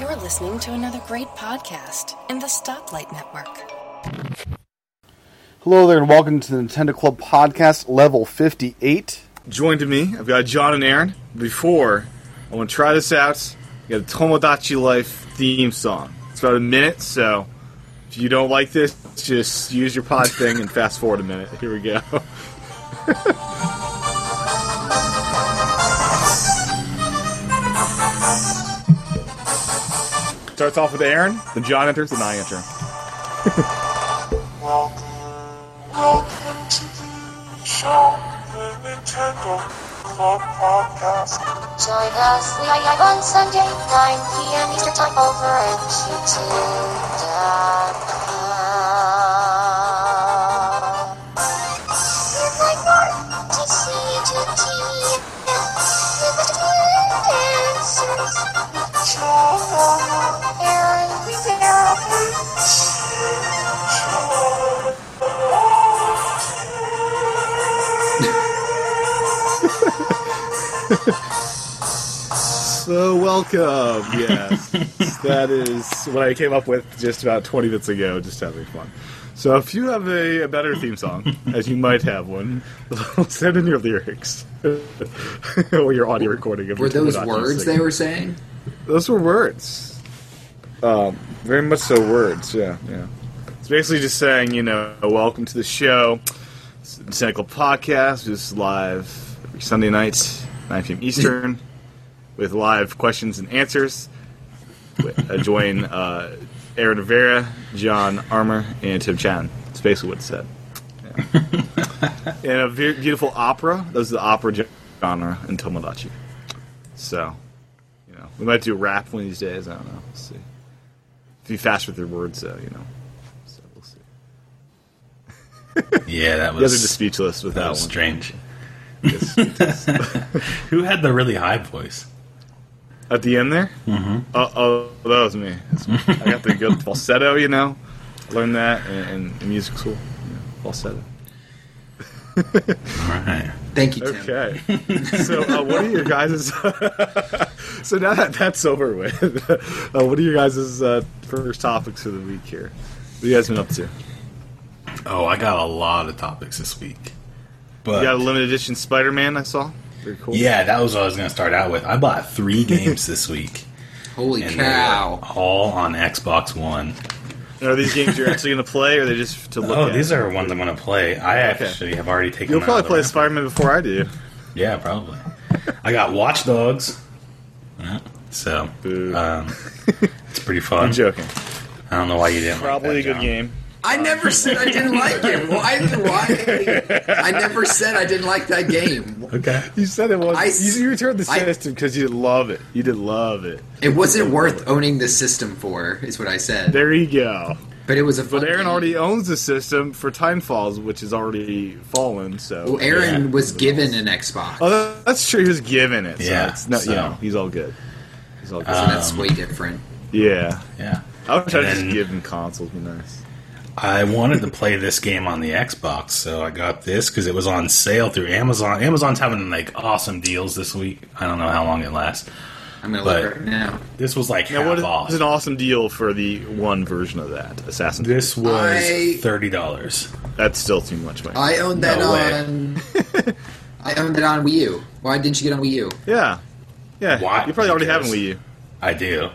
You're listening to another great podcast in the Stoplight Network. Hello there, and welcome to the Nintendo Club Podcast, level 58. Joined me, I've got John and Aaron. Before, I want to try this out. We got a Tomodachi Life theme song. It's about a minute, so if you don't like this, just use your pod thing and fast forward a minute. Here we go. Starts off with Aaron, then John enters, then I enter. Welcome to the show, the Nintendo Club Podcast. Join us live on Sunday, 9 p.m. Eastern Time over at youtube.com. If I want to see to tea, with the answers, Joe, Aaron, we So welcome. Yes, that is what I came up with just about 20 minutes ago, just having fun. So if you have a, a better theme song, as you might have one, send in your lyrics or your audio recording. Of Were your those Tomodachi words singing. they were saying? Those were words. Um, very much so words. Yeah, yeah. It's basically just saying, you know, welcome to the show, it's the Cynical Podcast. This is live every Sunday night, 9 p.m. Eastern, with live questions and answers. With, uh, join uh, Aaron Rivera, John Armour, and Tim Chan. It's basically what it said. Yeah. and a very beautiful opera. Those are the opera gen- genre in Tomodachi. So you know, we might do rap one of these days. I don't know. We'll see. Be fast with your words, though. You know. So we'll see. Yeah, that You was, guys are just speechless with that that, was one. strange. Just speechless. Who had the really high voice? At the end there. Mm-hmm. Uh oh, that was me. That's me. I got the good falsetto. You know, learned that in, in, in music school. you know, falsetto. All right. Thank you, Tim. Okay. so, uh, what are your guys' so now that that's over with, uh, what are your guys' uh, first topics of the week here? What have you guys been up to? Oh, I got a lot of topics this week. But You got a limited edition Spider-Man. I saw. Very cool. Uh, yeah, that was what I was going to start out with. I bought three games this week. Holy and uh, they were cow. All on Xbox One. And Are these games you're actually going to play, or are they just to look oh, at? these are ones I'm going to play. I Okay. actually have already taken You'll them probably out of the play wrapper. Spider Man before I do. Yeah, probably. I got Watch Dogs. Yeah, So, Boo. um, it's pretty fun. I'm joking. I don't know why you didn't like Probably that, a good John. game. I never said I didn't like it. Why? Why? I never said I didn't like that game. Okay. You said it was. I s- you, you returned the I- system because you love it. You did love it. It wasn't worth owning the system for, is what I said. There you go. But it was a fun But Aaron game. already owns the system for Time Falls, which is already fallen. So Well, Aaron Yeah. was given an Xbox. oh, that- that's true. He was given it. So Yeah, It's not, so- You know, he's all good. He's all good. so that's Um, way different. yeah. Yeah. I wish I'd And just then- give him consoles. Be nice. I wanted to play this game on the Xbox, so I got this because it was on sale through Amazon. Amazon's having like awesome deals this week. I don't know how long it lasts. I'm going to But- look right now. This was like Now, half what is, off. is an awesome deal for the one version of that Assassin's Creed? this was I- thirty dollars. That's still too much money. I owned that No way. on. I owned that on Wii U. Why didn't you get on Wii U? Yeah. Yeah. Why? You probably already have an Because- Wii U. I do.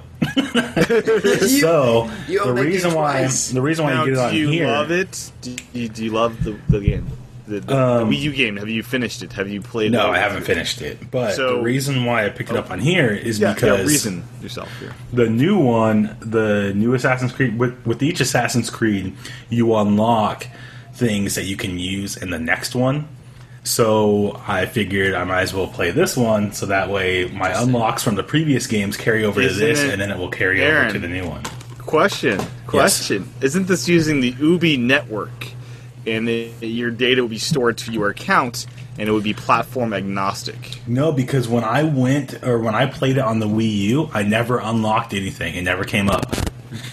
You- so you own the that game reason why I'm, twice. the reason why Now, you get it on do you here, love it? Do you, do you love the, the game? The, the Um, Wii U game. Have you finished it? Have you played it? No, I haven't finished it. But So- oh. the reason why I picked it up on here is Yeah, because yeah, reason yourself here. the new one, the new Assassin's Creed, with, with each Assassin's Creed, you unlock things that you can use in the next one. So I figured I might as well play this one, so that way my unlocks from the previous games carry over to Isn't this, it- and then it will carry Aaron. over to the new one. Question. Question. Isn't this using the Ubi network? And it, your data will be stored to your account, and it would be platform agnostic. No, because when I went or when I played it on the Wii U, I never unlocked anything; it never came up.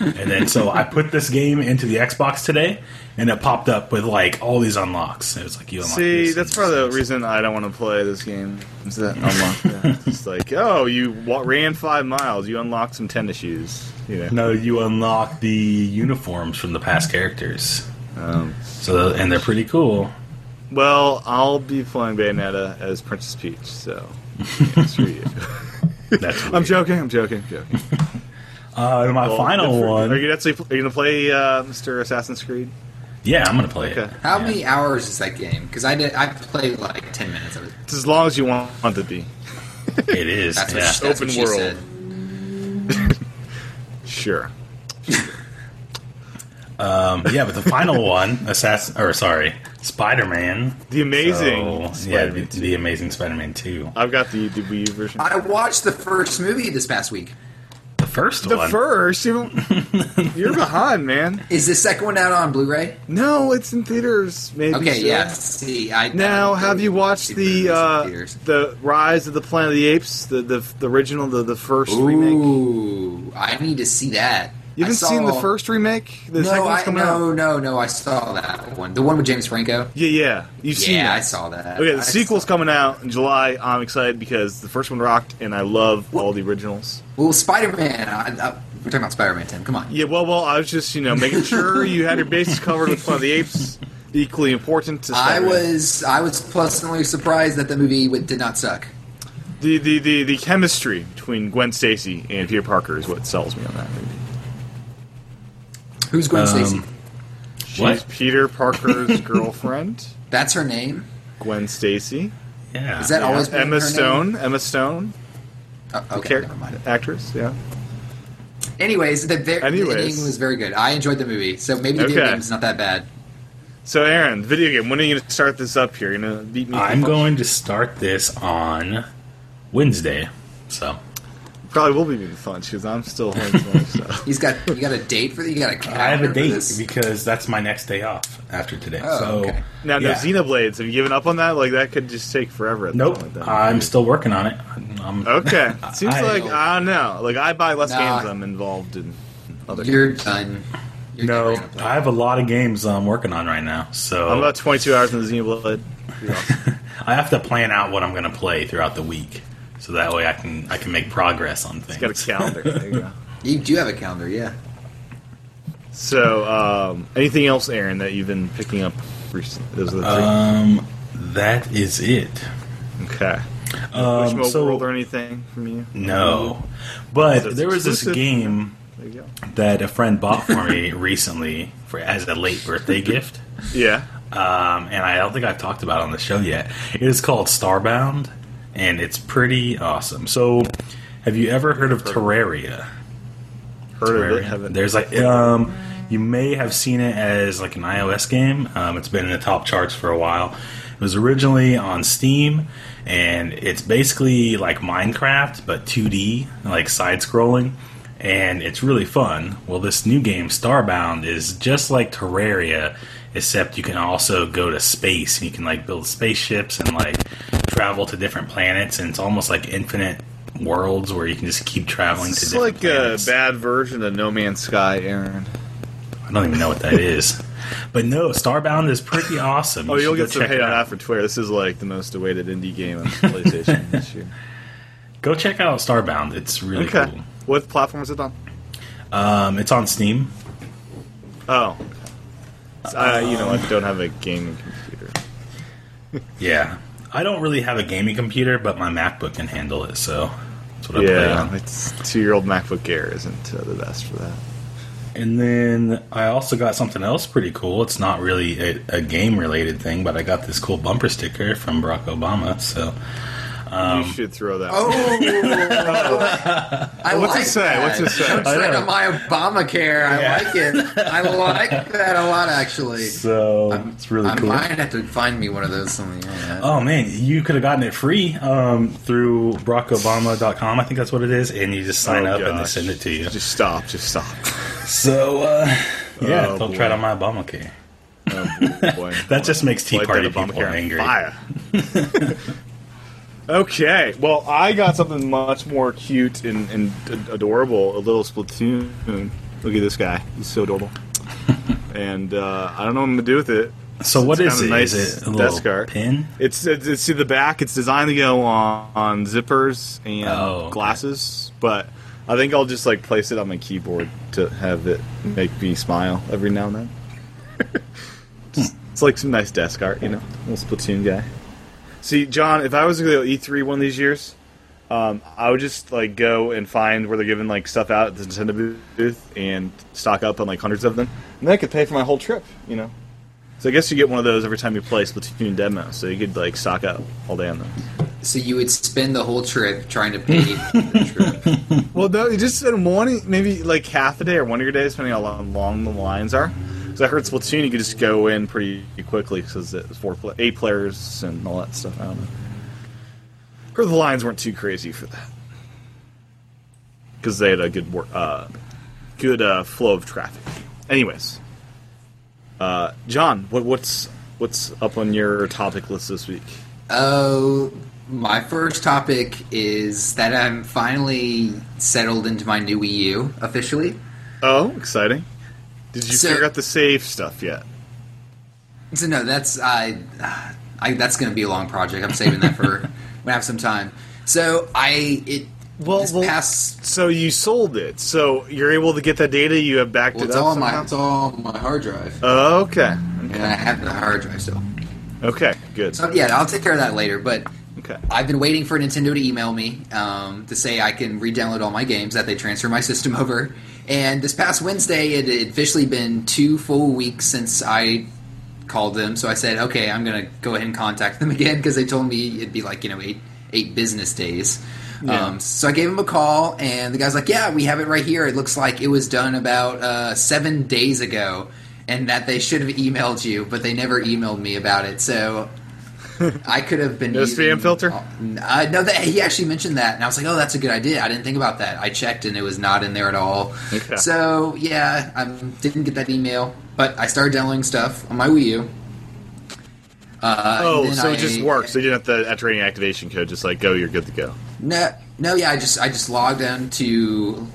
And then so I put this game into the Xbox today, and it popped up with like all these unlocks. It was like you unlock. See, this, that's and this, probably the and this. reason I don't want to play this game. Is that unlock? that. it's like, oh, you wa- ran five miles, you unlocked some tennis shoes. You know, No, you unlock the uniforms from the past characters. Um, So and they're pretty cool. Well, I'll be playing Bayonetta as Princess Peach, so yeah, screw you. That's I'm weird. joking. I'm joking. I'm joking. Uh, and my Well, good final for you. Are one. you actually are you gonna play uh, Mr. Assassin's Creed? Yeah, I'm gonna play it. Okay, How many hours is that game? Because I did. I played like ten minutes of it. it's as long as you want it to be. It is. That's what, yeah. she, that's Open what she world. said. Sure. Um, yeah, but the final one, Assassin, or sorry, Spider Man. The amazing. yeah, Spider-Man the, 2. the Amazing Spider Man 2. I've got the, the Wii U version. I watched the first movie this past week. The first the one. first, you, you're behind, man. Is the second one out on Blu-ray? No, it's in theaters. Maybe. Okay, sure. yeah. See, I Now, I have you watched see the movies in uh, theaters. the Rise of the Planet of the Apes, the the, the original, the, the first remake? Ooh, I need to see that. You I haven't saw- seen the first remake? The no, second one's I, coming no, out. no, no. I saw that one. The one with James Franco. Yeah, yeah. You've seen yeah, that. I saw that. Okay, the I sequel's saw- coming out in July. I'm excited because the first one rocked, and I love all the originals. Well, Spider-Man. I, I, we're talking about Spider-Man. Tim, come on. Yeah, well, well, I was just you know making sure you had your bases covered with Planet of the Apes. Equally important to I Spider-Man. was I was pleasantly surprised that the movie w- did not suck. the, the the the chemistry between Gwen Stacy and Peter Parker is what sells me on that movie. Who's Gwen Um, Stacy? She's What? Peter Parker's girlfriend, That's her name. Gwen Stacy. Yeah. Is that Yeah. always been Emma her Stone. Name? Emma Stone, Oh, the okay, char- never mind. actress. Yeah. Anyways, the, ver- Anyways. the ending was very good. I enjoyed the movie, so maybe the Okay. video game's not that bad. So, Aaron, the video game. When are you going to start this up here? You're going to beat me. to the I'm punch? going to start this on Wednesday. So, Probably will be beating the punch because I'm still home tonight. So. He's got you got a date for the, you got a I have calendar a for date this? because that's my next day off after today. Oh, so, okay. Now, no yeah. Xenoblades. Have you given up on that? Like that could just take forever. at Nope. something Like that. I'm still working on it. I'm, Okay. Seems I- like I don't know. Like I buy less Nah. games. I'm involved in other. You're done. You're No, never gonna play. I have a lot of games I'm working on right now. So, I'm about 22 hours in the Xenoblade. Pretty awesome. I have to plan out what I'm going to play throughout the week, so that way I can I can make progress on things. Got a calendar. There you go. You do have a calendar, yeah. So, um, anything else, Aaron, that you've been picking up recently? Those are the um, that is it. three. Okay. Uh, Um, Pushmo so World or anything from you? no, but That's there was this exclusive. game There you go. that a friend bought for me recently for as a late birthday gift, Yeah. um, and I don't think I've talked about it on the show yet. It is called Starbound, and it's pretty awesome. So, have you ever heard of Terraria? Heard of it? Terraria. Haven't. There's like um, you may have seen it as like an iOS game. Um, it's been in the top charts for a while. It was originally on Steam, and it's basically like Minecraft but 2D, like side scrolling, and it's really fun. Well, this new game Starbound is just like Terraria, except you can also go to space and you can like build spaceships and like travel to different planets, and it's almost like infinite worlds where you can just keep traveling to It's different like uh, planets. a bad version of No Man's Sky, Aaron. I don't even know what that is. But no, Starbound is pretty awesome. Oh, You you'll should go get some check hate it on that out. for Twitter. This is like the most awaited indie game on PlayStation this year. Go check out Starbound. It's really Okay. cool. What platform is it on? Um, it's on Steam. Oh. Uh, So, I, you know, I don't have a gaming computer. Yeah. I don't really have a gaming computer, but my MacBook can handle it, so that's what I play Yeah, on. it's two-year-old MacBook Air isn't uh, the best for that. And then I also got something else pretty cool. It's not really a, a game related thing, but I got this cool bumper sticker from Barack Obama. So Um, you should throw that. Oh, I What's like it say? That. What's it say? I'm I trying know. to my Obamacare. I Yeah. like it. I like that a lot, actually. so it's really I cool. might have to find me one of those. Something like that. Oh man, you could have gotten it free um, through BarackObama.com. I think that's what it is, and you just sign Oh, up and they gosh. send it to you. Just stop. Just stop. So uh, yeah, Oh, don't boy. try to my Obamacare. Oh, boy. That just makes Tea Light Party that Obamacare people on angry. fire. okay, well, I got something much more cute and, and ad- adorable—a little Splatoon. Look at this guy. He's so adorable. and uh, I don't know what I'm gonna do with it. So what it's is kinda it? nice Is it a desk little art. pin? It's, it's it's see the back. It's designed to go on, on zippers and Oh, okay. glasses, but I think I'll just like place it on my keyboard to have it make me smile every now and then. Just- it's like some nice desk art, you know, little Splatoon guy. See, John, if I was to go to E3 one of these years, um, I would just like go and find where they're giving like stuff out at the Nintendo booth and stock up on like hundreds of them, and that could pay for my whole trip, you know. So I guess you get one of those every time you play Splatoon demo, so you could like stock up all day on them. So you would spend the whole trip trying to pay for the trip. Well, no, you just spend one, maybe like half a day or one of your days, depending on how long the lines are. Because I heard Splatoon, you could just go in pretty quickly because it was four, pla- eight players and all that stuff. I don't know. I heard the lines weren't too crazy for that because they had a good, wor- uh, good uh, flow of traffic. Anyways, uh, John, what, what's what's up on your topic list this week? Oh, my first topic is that I'm finally settled into my new EU officially. Oh, exciting! Did you So- figure out the save stuff yet? So no, that's I, I that's going to be a long project. I'm saving that for when I have some time. So I it Well, this well, past So you sold it. So you're able to get that data. You have backed well, it it's up. all on my somehow? it's all on my hard drive, Oh, okay. and I have the hard drive still. Okay. Good. So yeah, I'll take care of that later. But Okay. I've been waiting for Nintendo to email me um, to say I can re-download all my games that they transfer my system over. And this past Wednesday, it had officially been two full weeks since I called them. So I said, okay, I'm going to go ahead and contact them again because they told me it'd be like you know eight eight business days. Um, so I gave him a call, and the guy's like, "Yeah, we have it right here. It looks like it was done about uh, seven days ago, and that they should have emailed you, but they never emailed me about it." So I could have been No using- spam filter? Uh, no, that, he actually mentioned that, and I was like, "Oh, that's a good idea." I didn't think about that. I checked, and it was not in there at all. Okay. So yeah, I didn't get that email, but I started downloading stuff on my Wii U. Uh, Oh, and then so I- it just works. So you didn't have to enter any activation code. Just like go, you're good to go. No, no, yeah. I just I just logged on to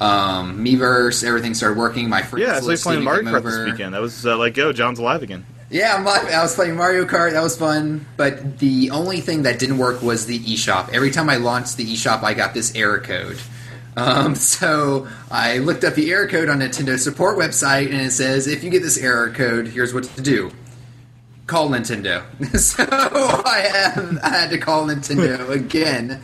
um, Miiverse. Everything started working. My friends Yeah, it's like listed playing to Mario come Kart over. this weekend. That was uh, like go. John's alive again. Yeah, I'm live. I was playing Mario Kart. That was fun. But the only thing that didn't work was the eShop. Every time I launched the eShop, I got this error code. Um, so I looked up the error code on Nintendo support website, and it says if you get this error code, here's what to do. Call Nintendo. so I, have, I had to call Nintendo again.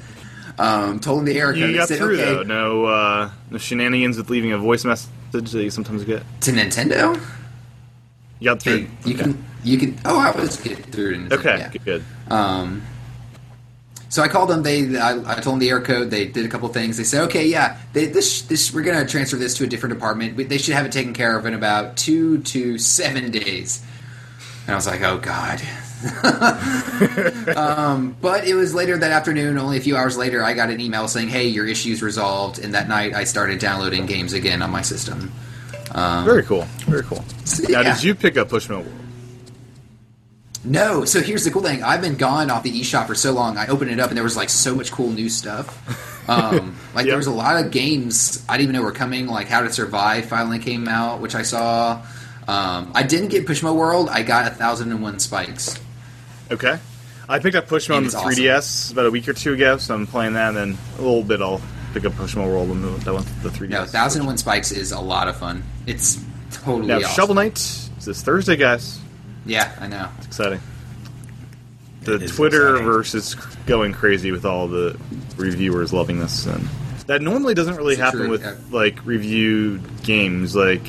Um, told them the error code. You It got said, through okay, though. No, uh, no shenanigans with leaving a voice message that you sometimes get. to Nintendo. You got through. Hey, you can you can. Oh, I was getting through. To Nintendo, Okay. yeah. Good. Um, so I called them. They, I, I told them the error code. They did a couple things. They said, okay, yeah, they, this, this, we're going to transfer this to a different department. We- They should have it taken care of in about two to seven days. And I was like, oh god. um, but it was later that afternoon. Only a few hours later, I got an email saying, hey, your issue's resolved. And that night, I started downloading games again on my system. Very cool. Very cool. Um, So, Now, yeah. did you pick up Pushmo World? No, so here's the cool thing. I've been gone off the eShop for so long. I opened it up and there was like so much cool new stuff. Um, like Yeah. there was a lot of games I didn't even know were coming. Like How to Survive finally came out, which I saw. Um, I didn't get Pushmo World. I got a thousand and one spikes. Okay. I picked up Pushmo on And the it's awesome. 3DS about a week or two ago, so I'm playing that, and then a little bit I'll pick up Pushmo World on the, that one, the 3DS. No, thousand and one spikes is a lot of fun. It's totally Now, awesome. Shovel Knight is this Thursday, guys. Yeah, I know. It's exciting. The It is Twitter exciting. verse is cr- going crazy with all the reviewers loving this, and that normally doesn't really It's happen true, with yeah. like reviewed games. Like,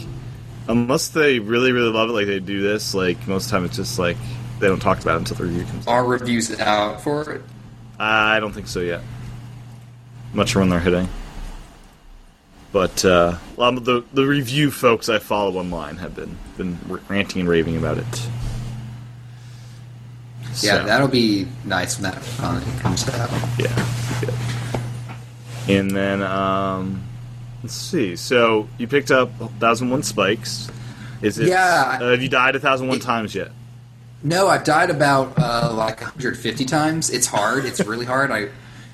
unless they really, really love it, like they do this. Like most of the time, it's just like they don't talk about it until the review comes. out. Our reviews out for it. I don't think so yet. I'm not sure when they're hitting. But uh, a lot of the, the review folks I follow online have been been r- ranting and raving about it. Yeah, So, that'll be nice when that finally comes out. yeah, yeah. And then um, let's see. So you picked up 1001 spikes. Is it? Yeah. Uh, have you died 1001 It- times yet? No, I've died about uh, like 150 times. It's hard. It's really hard. I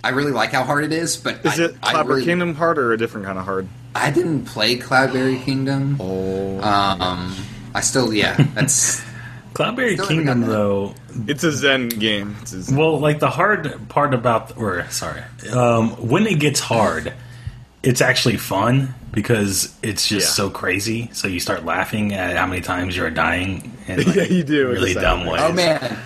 I really like how hard it is, but Is I, it I Copper really- Kingdom hard or a different kind of hard? I didn't play Cloudberry Kingdom. Oh, Um, I still, yeah, that's Cloudberry Still haven't Kingdom, got that. though, it's a Zen game. It's a Zen. Well, like the hard part about, or sorry, um, when it gets hard, it's actually fun because it's just Yeah. so crazy. So you start laughing at how many times you're dying. And, like, Yeah, you do, Really exactly. dumb ways. Oh man!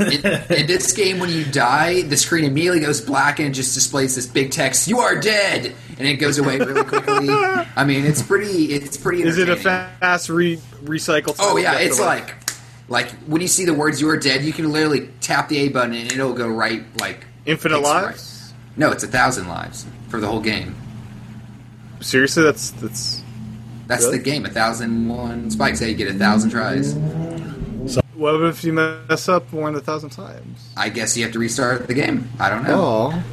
in, in this game, when you die, the screen immediately goes black and it just displays this big text: "You are dead," and it goes away really quickly. I mean, it's pretty. It's pretty. Is it a entertaining. fast re- recycle? Oh yeah, it's like like when you see the words "You are dead," you can literally tap the A button and it'll go right like Infinite it's lives? right. No, it's a thousand lives for the whole game. seriously. That's that's That's Really? the game. A thousand one spikes. Hey, you get a thousand tries. what if you mess up more than a thousand times? I guess you have to restart the game. I don't know. Oh,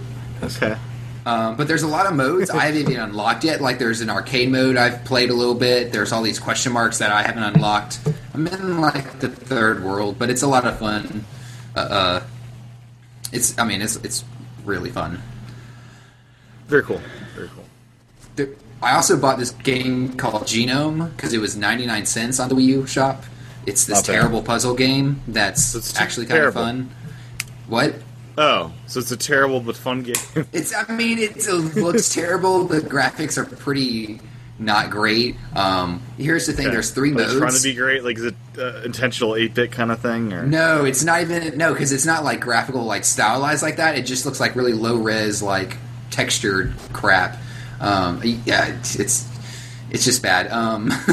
okay. Um, but there's a lot of modes I haven't even unlocked yet. Like there's an arcade mode I've played a little bit. There's all these question marks that I haven't unlocked. I'm in like the third world, but it's a lot of fun. Uh, uh, it's I mean it's it's really fun. Very cool. Very cool. There, I also bought this game called Genome because it was 99 cents on the Wii U shop. It's this Not bad. terrible puzzle game that's That's too actually kind of terrible. fun. What? Oh, so it's a terrible but fun game. It's. I mean, it's, it looks terrible. The graphics are pretty not great. Um, here's the thing: there's three Are they modes. Trying to be great, like is it uh, intentional eight bit kind of thing? Or no, it's not even no, because it's not like graphical, like stylized like that. It just looks like really low res, like textured crap. Um, yeah, it's it's, it's just bad. Um,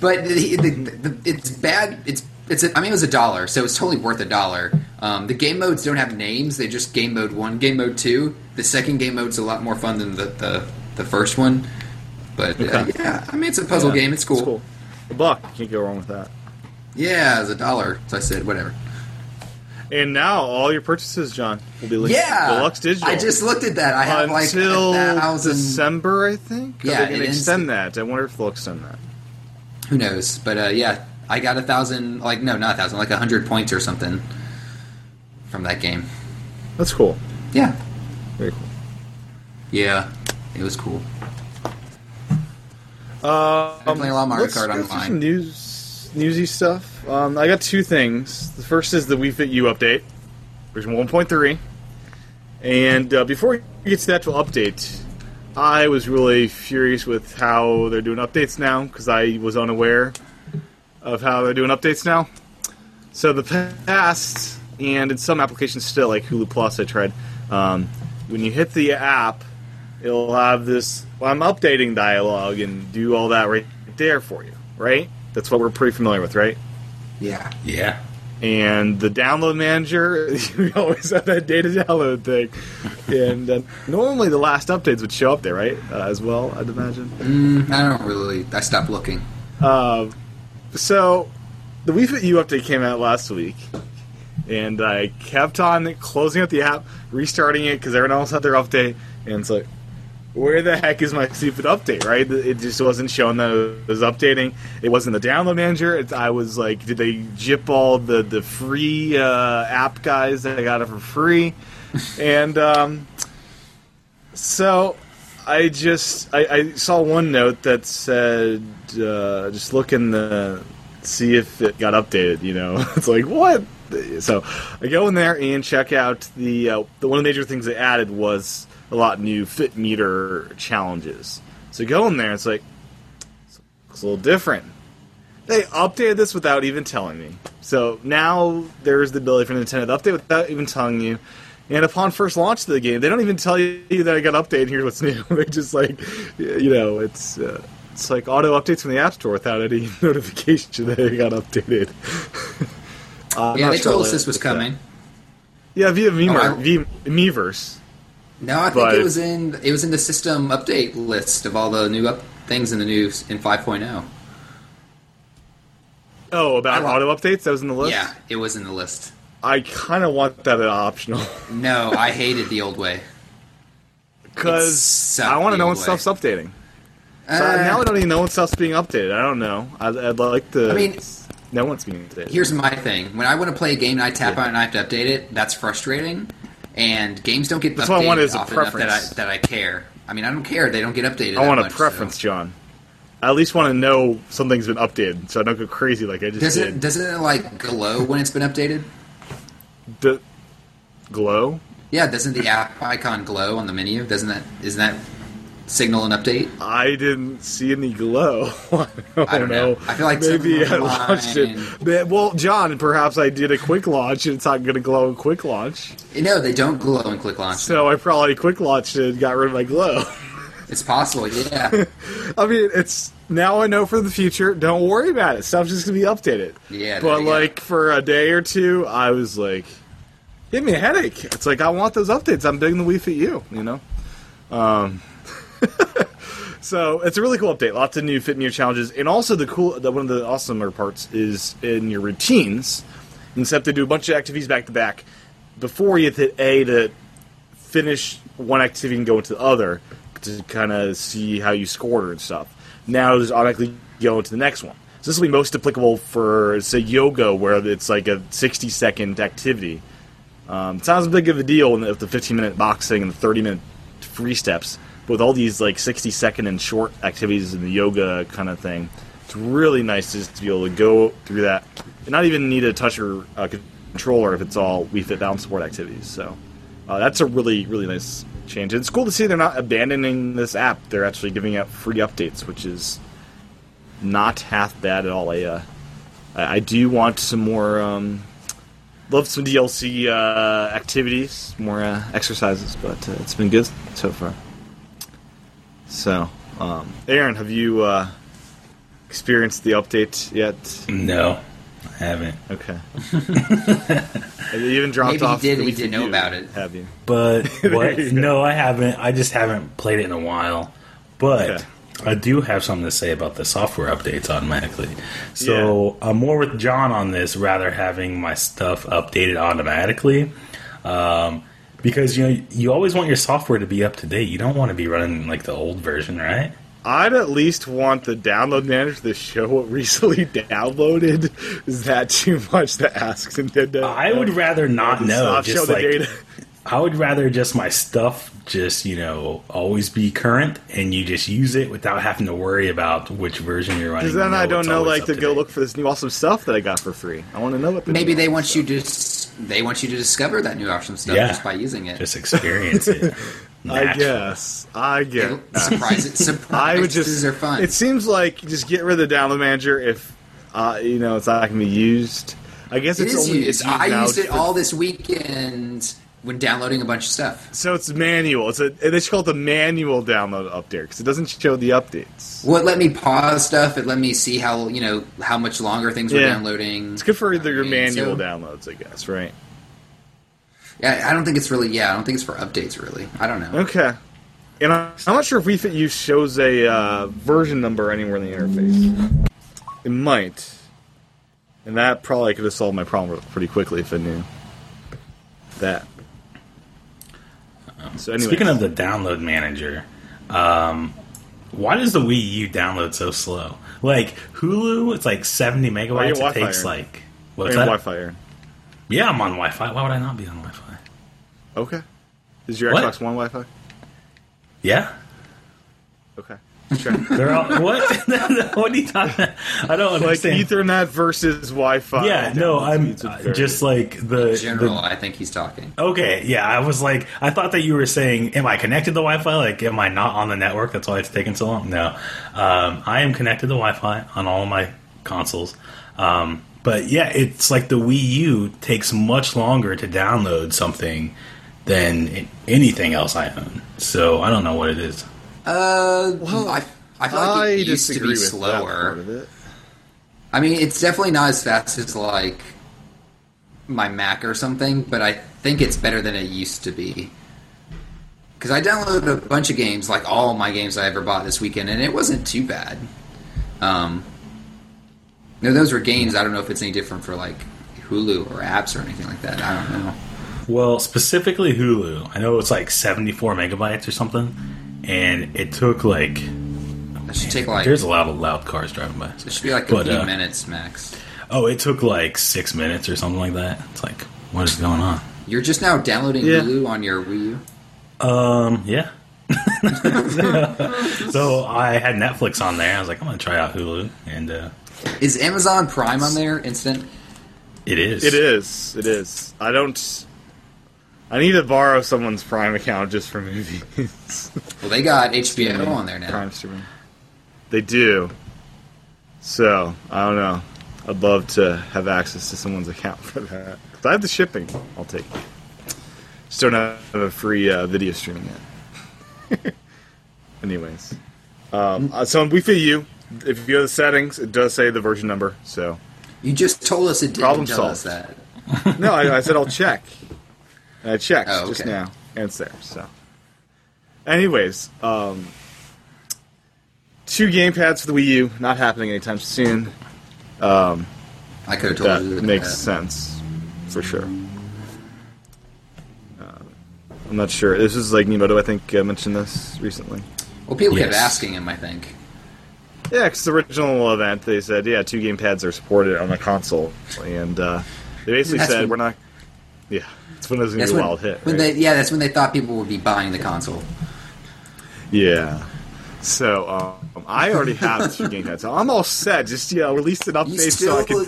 but the, the, the, it's bad. It's it's. A, I mean, it was a dollar, so it's totally worth a dollar. Um, the game modes don't have names; they just game mode one, game mode two. The second game mode's a lot more fun than the the, the first one. But uh, Okay. yeah, I mean, it's a puzzle Yeah, game. It's cool. It's cool. A buck can't go wrong with that. Yeah, it's a dollar. So I said, whatever. And now all your purchases, John, will be linked yeah, to Deluxe Digital. I just looked at that. I have like until a thousand. December, I think. Are Yeah, they going it to ends- extend that. I wonder if they'll extend that. Who knows? But uh, yeah, I got a thousand. Like no, not a thousand. Like a hundred points or something from that game. That's cool. Yeah, Very cool. yeah, it was cool. Uh, been playing a lot of Mario let's Kart go through online. Some news, newsy stuff. Um, I got two things. The first is the Wii Fit U update, version 1.3. And uh, before we get to the actual update, I was really furious with how they're doing updates now because I was unaware of how they're doing updates now. So the past, and in some applications still, like Hulu Plus, I tried. Um, when you hit the app, it'll have this well, "I'm updating" dialogue and do all that right there for you. Right? That's what we're pretty familiar with, right? Yeah, yeah. and the download manager we always have that data download thing and uh, normally the last updates would show up there right uh, as well i'd imagine I don't really. I stopped looking. so the Wii Fit U update came out last week, and I kept on closing up the app, restarting it because everyone else had their update, and it's like, where the heck is my stupid update? Right? It just wasn't showing that it was updating. It wasn't the download manager. It's I was like, did they jip all the the free uh, app guys that I got it for free? and um, so I just I, I saw one note that said uh, just look in the see if it got updated. You know, it's like what? So I go in there and check out the uh, the one of the major things they added was a lot of new fit meter challenges. So I go in there, it's like it's a little different. They updated this without even telling me. So now there's the ability for Nintendo to update without even telling you. And upon first launch of the game, they don't even tell you that I got updated. Here's what's new. they just like, you know, it's uh, it's like auto updates from the App Store without any notification that it got updated. Uh, I'm yeah, not they sure told what us this was it's, uh, coming. Yeah, via Oh, Memer, I- v- Meverse. No, I think But- it was in it was in the system update list of all the new up things in the new s- in 5.0. Oh, about I want- auto updates that was in the list. Yeah, it was in the list. I kind of want that optional. No, I hated the old way. because It's I want to know when something stuff's updating. So Uh, now I don't even know when stuff's being updated. I don't know. I'd, I'd like to. I mean- no one's being updated. Here's my thing: when I want to play a game and I tap on it and I have to update it, that's frustrating. and games don't get That's updated what I want is a often enough preference. that I that I care. I mean, I don't care. They don't get updated. I that want a much, so. preference, John. I at least want to know something's been updated, so I don't go crazy like I just Doesn't did. it, doesn't it like glow when it's been updated? D- glow? Yeah, doesn't the app icon glow on the menu? Doesn't that isn't that signal an update? I didn't see any glow. I don't, I don't know. I feel like maybe I something launched it. online- But- Well, John, perhaps I did a quick launch and it's not going to glow in quick launch. No, they don't glow in Click Launch. So I probably quick launched it and got rid of my glow. It's possible. Yeah, I mean, it's now I know for the future. Don't worry about it. Stuff's just gonna be updated. Yeah, there But you go. like for a day or two, I was like, give me a headache. It's like I want those updates. I'm digging the Wii Fit U. You know. Um. so it's a really cool update. Lots of new Fit Me challenges, and also the cool the, one of the awesomer parts is in your routines. Except they do a bunch of activities back to back before you hit A to finish one activity and go into the other to kind of see how you scored and stuff. Now just automatically go into the next one. So this will be most applicable for say yoga, where it's like a sixty second activity. Um, it sounds big of a deal with the fifteen minute boxing and the thirty minute free steps, but with all these like sixty second and short activities and the yoga kind of thing, it's really nice just to be able to go through that and not even need a touch or uh, controller if it's all We Fit Balance Sport activities. So uh, that's a really, really nice change. It's cool to see they're not abandoning this app. They're actually giving out free updates, which is not half bad at all. I, uh, I I do want some more, um, love some DLC uh, activities, more uh, exercises, but uh, it's been good so far. So, um, Aaron, have you uh, experienced the update yet? No, I haven't. Okay. have you even dropped Maybe he off? did the and he Wii didn't U, know about it. Have you? But what? you go. no, I haven't. I just haven't played it in a while. But Okay. I do have something to say about the software updates automatically. So I'm more with John on this rather having my stuff updated automatically. Um, because you know you always want your software to be up to date. You don't want to be running like the old version, right? I'd at least want the download manager to show what recently downloaded. Is that too much to ask Nintendo? I would rather not know. Stop, Just show the like, data. I would rather just my stuff just, you know, always be current and you just use it without having to worry about which version you're running. Because then You I don't it's know, always like, up to go date. look for this new awesome stuff that I got for free. I want to know what. the maybe new they awesome want you stuff- to s- they want you to discover that new awesome stuff Yeah. just by using it. Just experience it. I Natural. guess. I guess. It'll- surprises I surprises would just. are fun. It seems like just get rid of the download manager if uh, you know it's not going to be used. I guess it it's is only used. it's I now used it for- all this weekend when downloading a bunch of stuff. So it's manual. It's a they should call it the manual download update because it doesn't show the updates. Well, it let me pause stuff. It let me see how you know how much longer things were Yeah. downloading. It's good for either your I mean, manual so- downloads, I guess, right? Yeah, I don't think it's really. Yeah, I don't think it's for updates. Really, I don't know. Okay. And I- I'm not sure if WeFit U shows a uh, version number anywhere in the interface. It might. And that probably could have solved my problem pretty quickly if I knew that. So anyway, Speaking of the download manager, um, why does the Wii U download so slow? Like Hulu, it's like 70 Are you megabytes. Wi-Fi It takes or- like. I What's mean, that? Wi-Fi. Aaron. Yeah, I'm on Wi Fi. Why would I not be on Wi Fi? Okay. Is your What? Xbox One Wi-Fi? Yeah? Okay. Sure. They're all. what? what are you talking I don't like understand. Ethernet versus Wi-Fi. yeah, no, download I'm speeds would uh, vary. just like the, In general, the- I think he's talking. Okay, yeah, I was like, I thought that you were saying, am I connected to Wi-Fi? Like, am I not on the network? That's why it's taking so long. No, um, I am connected to Wi-Fi on all my consoles. Um, but yeah, it's like the Wii U takes much longer to download something than anything else I own. So I don't know what it is. Uh, I, I feel like I it used to disagree be with That part slower. of it. I mean, it's definitely not as fast as like my Mac or something, but I think it's better than it used to be. Because I downloaded a bunch of games, like all my games I ever bought this weekend, and it wasn't too bad. Um, no, those were games. I don't know if it's any different for like Hulu or apps or anything like that. I don't know. Well, specifically Hulu. I know it's like 74 megabytes or something, and it took like That should take like there's it a lot of loud cars driving by. should be like a But, few uh, minutes max. Oh, it took like six minutes or something like that. It's like, what is going on? You're just now downloading Yeah. Hulu on your Wii U. Um, yeah. so I had Netflix on there. I was like, I'm gonna try out Hulu, and uh, Is Amazon Prime on there? Instant. it is. It is. It is. I don't. I need to borrow someone's Prime account just for movies. Well, they got HBO on there now. Prime streaming. They do. So I don't know. I'd love to have access to someone's account for that. 'Cause I have the shipping. I'll take it. Just don't have a free uh, video streaming yet. Anyways, um, uh, so on Wi-Fi U, if you go to the settings, it does say the version number. So You just told us it didn't Problem tell solved. us that. no, I, I said I'll check. And I checked Oh, just okay. now, and it's there. So, anyways, um, two gamepads for the Wii U not happening anytime soon. I could have told That you that. makes sense for sure. Uh, I'm not sure. This is like Miyamoto. I think uh, mentioned this recently. Well, people kept Yes. asking him. I think. Yeah, because the original event they said, yeah, two gamepads are supported on the console, and uh, they basically That's said when- we're not. Yeah, it's when there's gonna That's be a when, wild hit. when right? they yeah, that's when they thought people would be buying the console. Yeah. So um, I already have two game heads. I'm all set. Just you know, release an You update so still I can,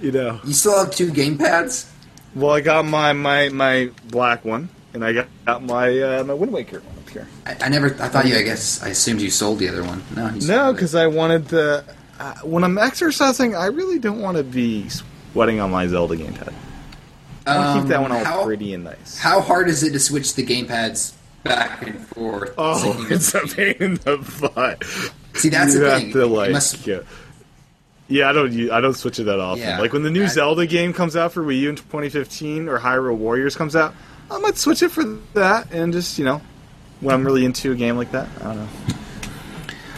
you know. you still have two gamepads? Well, I got my my my black one, and I got, got my uh, my Wind Waker one up here. I, I never. I thought you. I guess I assumed you sold the other one. No, you No, sold it. because I wanted the. Uh, when I'm exercising, I really don't want to be sweating on my Zelda gamepad. I want to Um, keep that one all how- pretty and nice. How hard is it to switch the gamepads back and forth? So oh, you- it's a pain in the butt. see, that's you the have thing. to It like. must- yeah. Yeah, I don't. u- I don't switch it that often. Yeah. like when the new I- Zelda game comes out for Wii U in 2015, or Hyrule Warriors comes out, I might switch it for that, and just you know, when I'm really into a game like that, I don't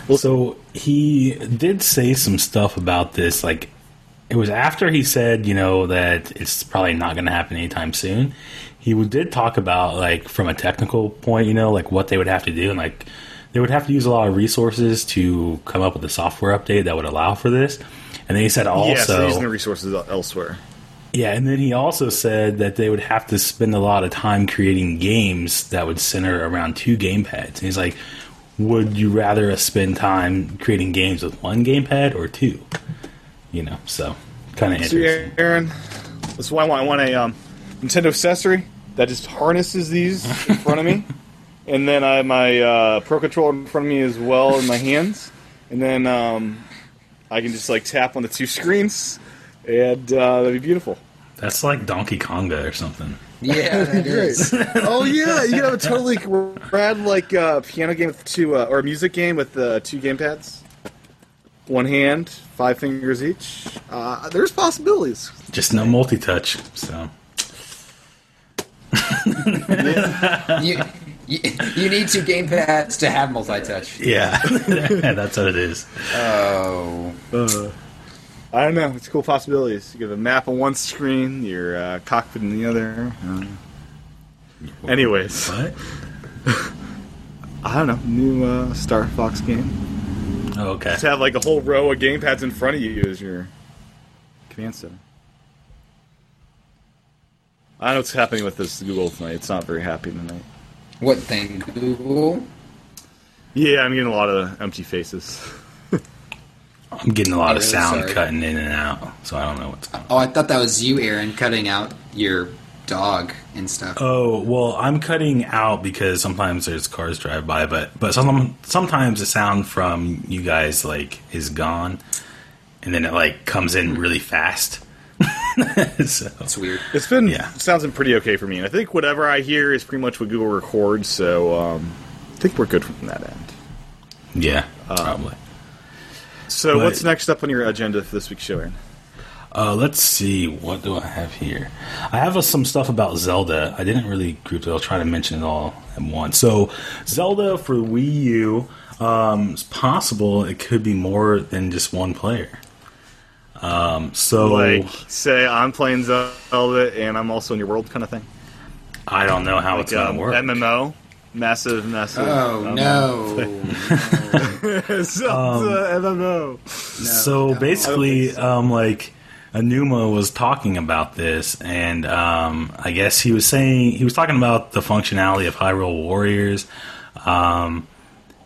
know. So he did say some stuff about this. Like, it was after he said, you know, that it's probably not going to happen anytime soon. He w- did talk about, like, from a technical point, you know, like what they would have to do. And, like, they would have to use a lot of resources to come up with a software update that would allow for this. And then he said also. yeah, so they're using the resources el- elsewhere. Yeah, and then he also said that they would have to spend a lot of time creating games that would center around two gamepads. And he's like, would you rather us spend time creating games with one gamepad or two? You know, so kind of So, interesting. Aaron, that's why I want, I want a um, Nintendo accessory that just harnesses these in front of me, and then I have my uh, Pro Controller in front of me as well in my hands, and then um, I can just like tap on the two screens, and uh, that'd be beautiful. That's like Donkey Konga or something. Yeah, that is. oh yeah, you have a totally rad like uh, piano game with two uh, or a music game with uh, two game pads, one hand, five fingers each. Uh, there's possibilities. Just no multi touch. So, you, you, you need two gamepads to have multi-touch. yeah, that's what it is. Oh, I don't know. It's cool possibilities. You have a map on one screen, your uh, cockpit in the other. Uh, anyways, What? I don't know. New uh, Star Fox game. Oh, okay. Just have like a whole row of game pads in front of you as your command center. I don't know what's happening with this Google tonight. It's not very happy tonight. what thing? Google. Yeah, I'm getting a lot of empty faces. I'm getting a lot of Really sound sorry. cutting in and out, so I don't know what's going on. Oh, I thought that was you, Aaron, cutting out your dog and stuff. Oh well, I'm cutting out because sometimes there's cars drive by, but but some, sometimes the sound from you guys like is gone, and then it like comes in really fast. so That's weird. It's been Yeah. sounds been pretty okay for me, and I think whatever I hear is pretty much what Google records. So um, I think we're good from that end. yeah, probably. So But- what's next up on your agenda for this week's show, Aaron? Uh, let's see, what do I have here? I have uh, some stuff about Zelda. I didn't really group it. I'll try to mention it all at once. So, Zelda for Wii U, um, it's possible it could be more than just one player. Um, so Like, say I'm playing Zelda and I'm also in your world, kind of thing. I don't know how it's Like, gonna um, work. MMO, massive, massive. Oh um, no! Zelda MMO. so basically, um, like Anuma was talking about this, and um, I guess he was saying he was talking about the functionality of Hyrule Warriors um,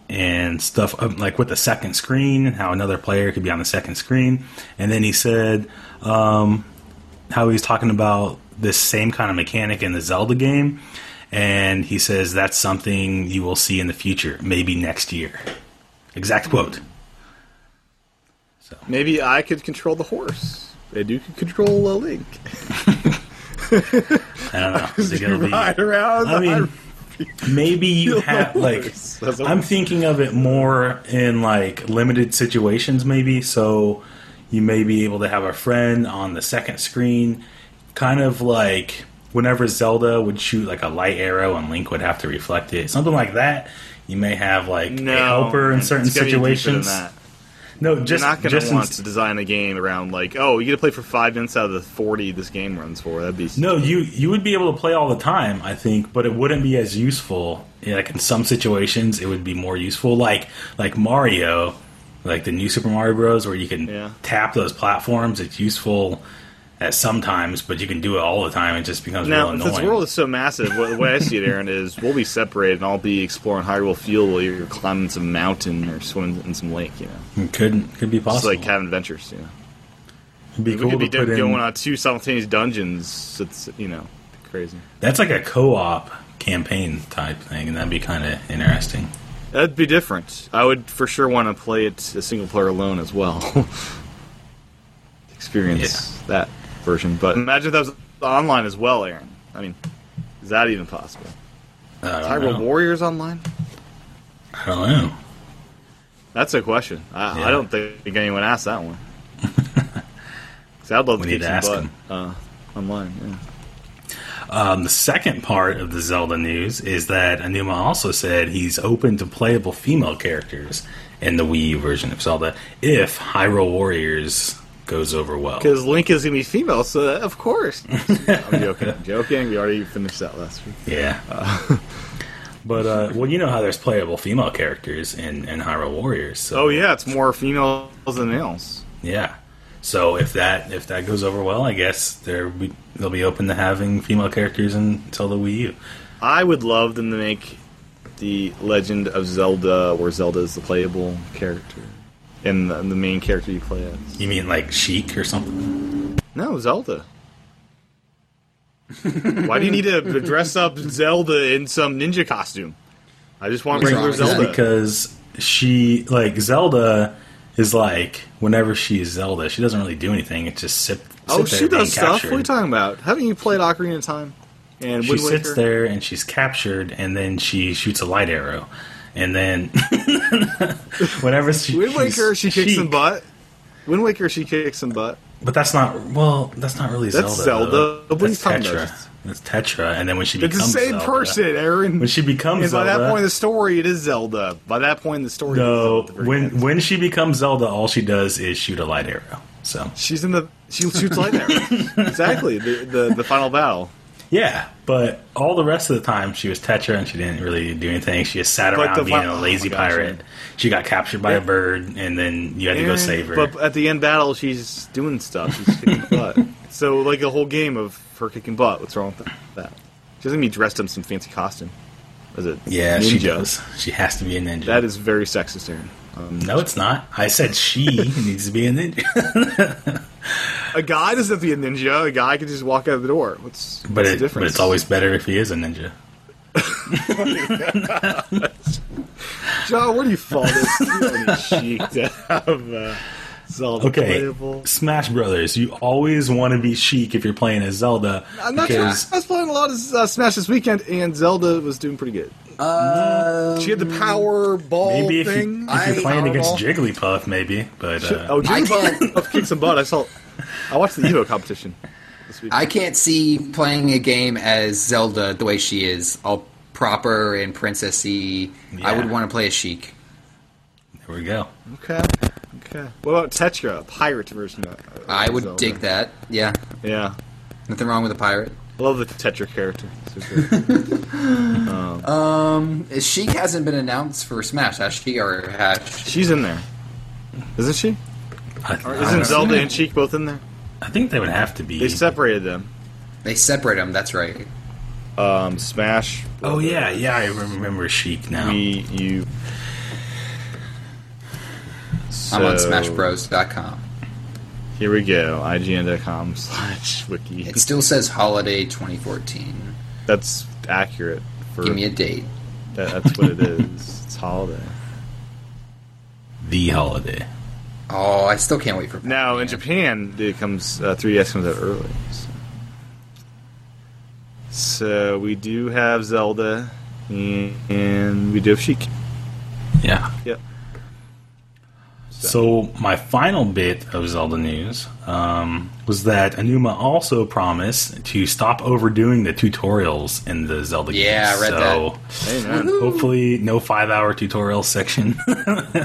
and stuff um, like with the second screen, how another player could be on the second screen, and then he said um, how he's talking about this same kind of mechanic in the Zelda game, and he says that's something you will see in the future, maybe next year. Exact quote. Maybe I could control the horse. And you could control a link. I don't know. I think it'll be- Ride around. I mean, maybe you Feel have the like horse. That's I'm awesome. thinking of it more in like limited situations, maybe. So you may be able to have a friend on the second screen, kind of like whenever Zelda would shoot like a light arrow and Link would have to reflect it, something like that. You may have like a helper in it's certain gotta be deeper than situations. that. No, just You're not going just to in- want to design a game around like, oh, you get to play for five minutes out of the forty this game runs for. That'd be No, you you would be able to play all the time, I think, but it wouldn't be as useful. Yeah, Like in some situations, it would be more useful. Like like Mario, like the new Super Mario Bros, where you can Yeah. tap those platforms. It's useful at some times, but you can do it all the time. It just becomes Now, real if annoying. this world is so massive, what, the way I see it, Aaron, is we'll be separated, and I'll be exploring Hyrule Field while you're climbing some mountain or swimming in some lake. You know, It could could be just possible. like having adventures. You know, It'd be we cool could be to put do- going in. on two simultaneous dungeons. It's you know crazy. That's like a co-op campaign type thing, and that'd be kind of interesting. That'd be different. I would for sure want to play it a single player alone as well. Experience that version, but imagine if that was online as well, Aaron. I mean, is that even possible? I don't Hyrule know. Warriors online? I don't know. That's a question. I, Yeah. I don't think anyone asked that one. 'Cause I'd love We to kick need to some ask butt, him. uh, online. Yeah. Um, the second part of the Zelda news is that Anuma also said he's open to playable female characters in the Wii U version of Zelda if Hyrule Warriors goes over well. Because Link is gonna be female, so that- of course. I'm joking. I'm joking. We already finished that last week. Yeah. uh, but, uh, well, you know how there's playable female characters in, in Hyrule Warriors. So, Oh yeah, it's more females than males. Yeah. So if that if that goes over well, I guess they're, we- they'll be open to having female characters in Zelda Wii U. I would love them to make the Legend of Zelda, where Zelda is the playable character and the, the main character you play as. You mean like Sheik or something? No, Zelda. Why do you need to dress up Zelda in some ninja costume? I just want What's regular wrong with Zelda. that? because she like Zelda is like whenever she is Zelda, she doesn't really do anything. It's just sit. sit oh, there she being does stuff. What are you captured. talking about? Haven't you played Ocarina of Time? And She Wind sits Waker? there and she's captured, and then she shoots a light arrow, and then whenever she Wind Waker, she she's kicks some chic. butt. Wind Waker, she kicks some butt. But that's not well. That's not really That's Zelda. Zelda. though. What are you That's talking Tetra. about? That's Tetra, and then when she It's the becomes same Zelda- person, Aaron. When she becomes And by that Zelda- point in the story, it is Zelda. By that point in the story, No, it is Zelda at the very when end. when she becomes Zelda, all she does is shoot a light arrow. So she's in the she shoots light arrows. exactly the, the the final battle. Yeah, but all the rest of the time she was Tetra and she didn't really do anything. She just sat But around the being vi- a lazy oh my gosh, pirate. She got captured by a bird, and then you had to go Aaron, save her. But at the end battle, she's doing stuff. She's kicking butt. So like a whole game of her kicking butt. What's wrong with that? She doesn't be dressed up in some fancy costume. Is it? yeah, ninja? she does. She has to be a ninja. That is very sexist, Aaron. no, it's not. I said she needs to be a ninja, A guy doesn't have to be a ninja. A guy can just walk out of the door. What's, but, what's it, the but difference? it's always better if he is a ninja. John, where do you fall this? You don't need chic to have uh, Zelda Um, Okay, playable. Smash Brothers. You always want to be chic if you're playing as Zelda. I'm not sure. I because was playing a lot of uh, Smash this weekend, and Zelda was doing pretty good. Uh, She had the power ball maybe if, thing. you, if you're I- playing against Powerball. Jigglypuff, maybe. But uh, oh, I Jimmy can't. Buffett kicked some butt. I saw. I watched the Evo competition. This week. I can't see playing a game as Zelda the way she is, all proper and princessy. I would Yeah. want to play a chic. there we go. okay. Okay. What about Tetra, a pirate version? Of, of I would Zelda? dig that. Yeah, Yeah, nothing wrong with a pirate. I love the Tetra character. So good. Sheik hasn't been announced for Smash, has she? Or has she? She's in there, isn't she? I- I Or don't know. isn't Zelda and Cheek both in there? I think they would have to be. They separated them. They separate them. That's right. Um, Smash. oh uh, yeah, yeah, I remember Sheik now. Me, you. I'm on So, SmashBros.com. Here we go. IGN.com slash wiki. It still says holiday 2014. That's accurate for Give me a date. that, that's what it is. It's holiday. The holiday. Oh, I still can't wait for Now in Pac-Man. Japan, it comes uh, 3DS comes out early. So. So we do have Zelda, and, and we do have Sheik. Yeah. Yep. So my final bit of Zelda news um, was that Anuma also promised to stop overdoing the tutorials in the Zelda Yeah, games. I read so Hey man, hopefully no five-hour tutorial section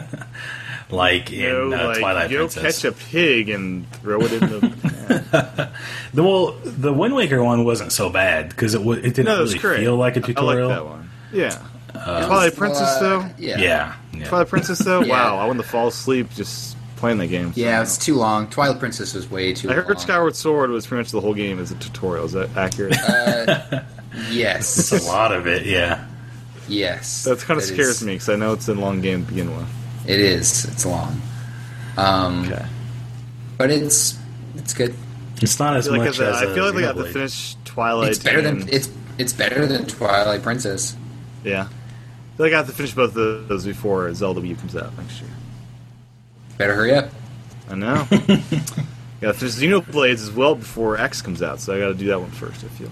like in you know, uh, like, Twilight go Princess. catch a pig and throw it in the. The, well, the Wind Waker one wasn't so bad because it w- it didn't no, that's really correct. feel like a I tutorial. like that one. Yeah. Twilight Princess though. Yeah. yeah. Yeah. yeah. Twilight Princess though. Yeah. Wow, I want to fall asleep just playing the game. it's too long. Twilight Princess was way too I long. heard Skyward Sword was pretty much the whole game as a tutorial. Is that accurate? Uh, Yes. a lot of it. Yeah. Yes. That's kind of It scares is- me because I know it's a long game to begin with. It is. It's long. Um, Okay. But it's it's good. It's not as I feel like, much I- as I feel like they got to Xenoblade. finish Twilight. it's better than and- it's it's better than Twilight Princess. yeah. I feel like I have to finish both of those before Zelda Wii comes out next year. Better hurry up. I know. yeah, there's Xenoblades as well before X comes out, so I got to do that one first. I feel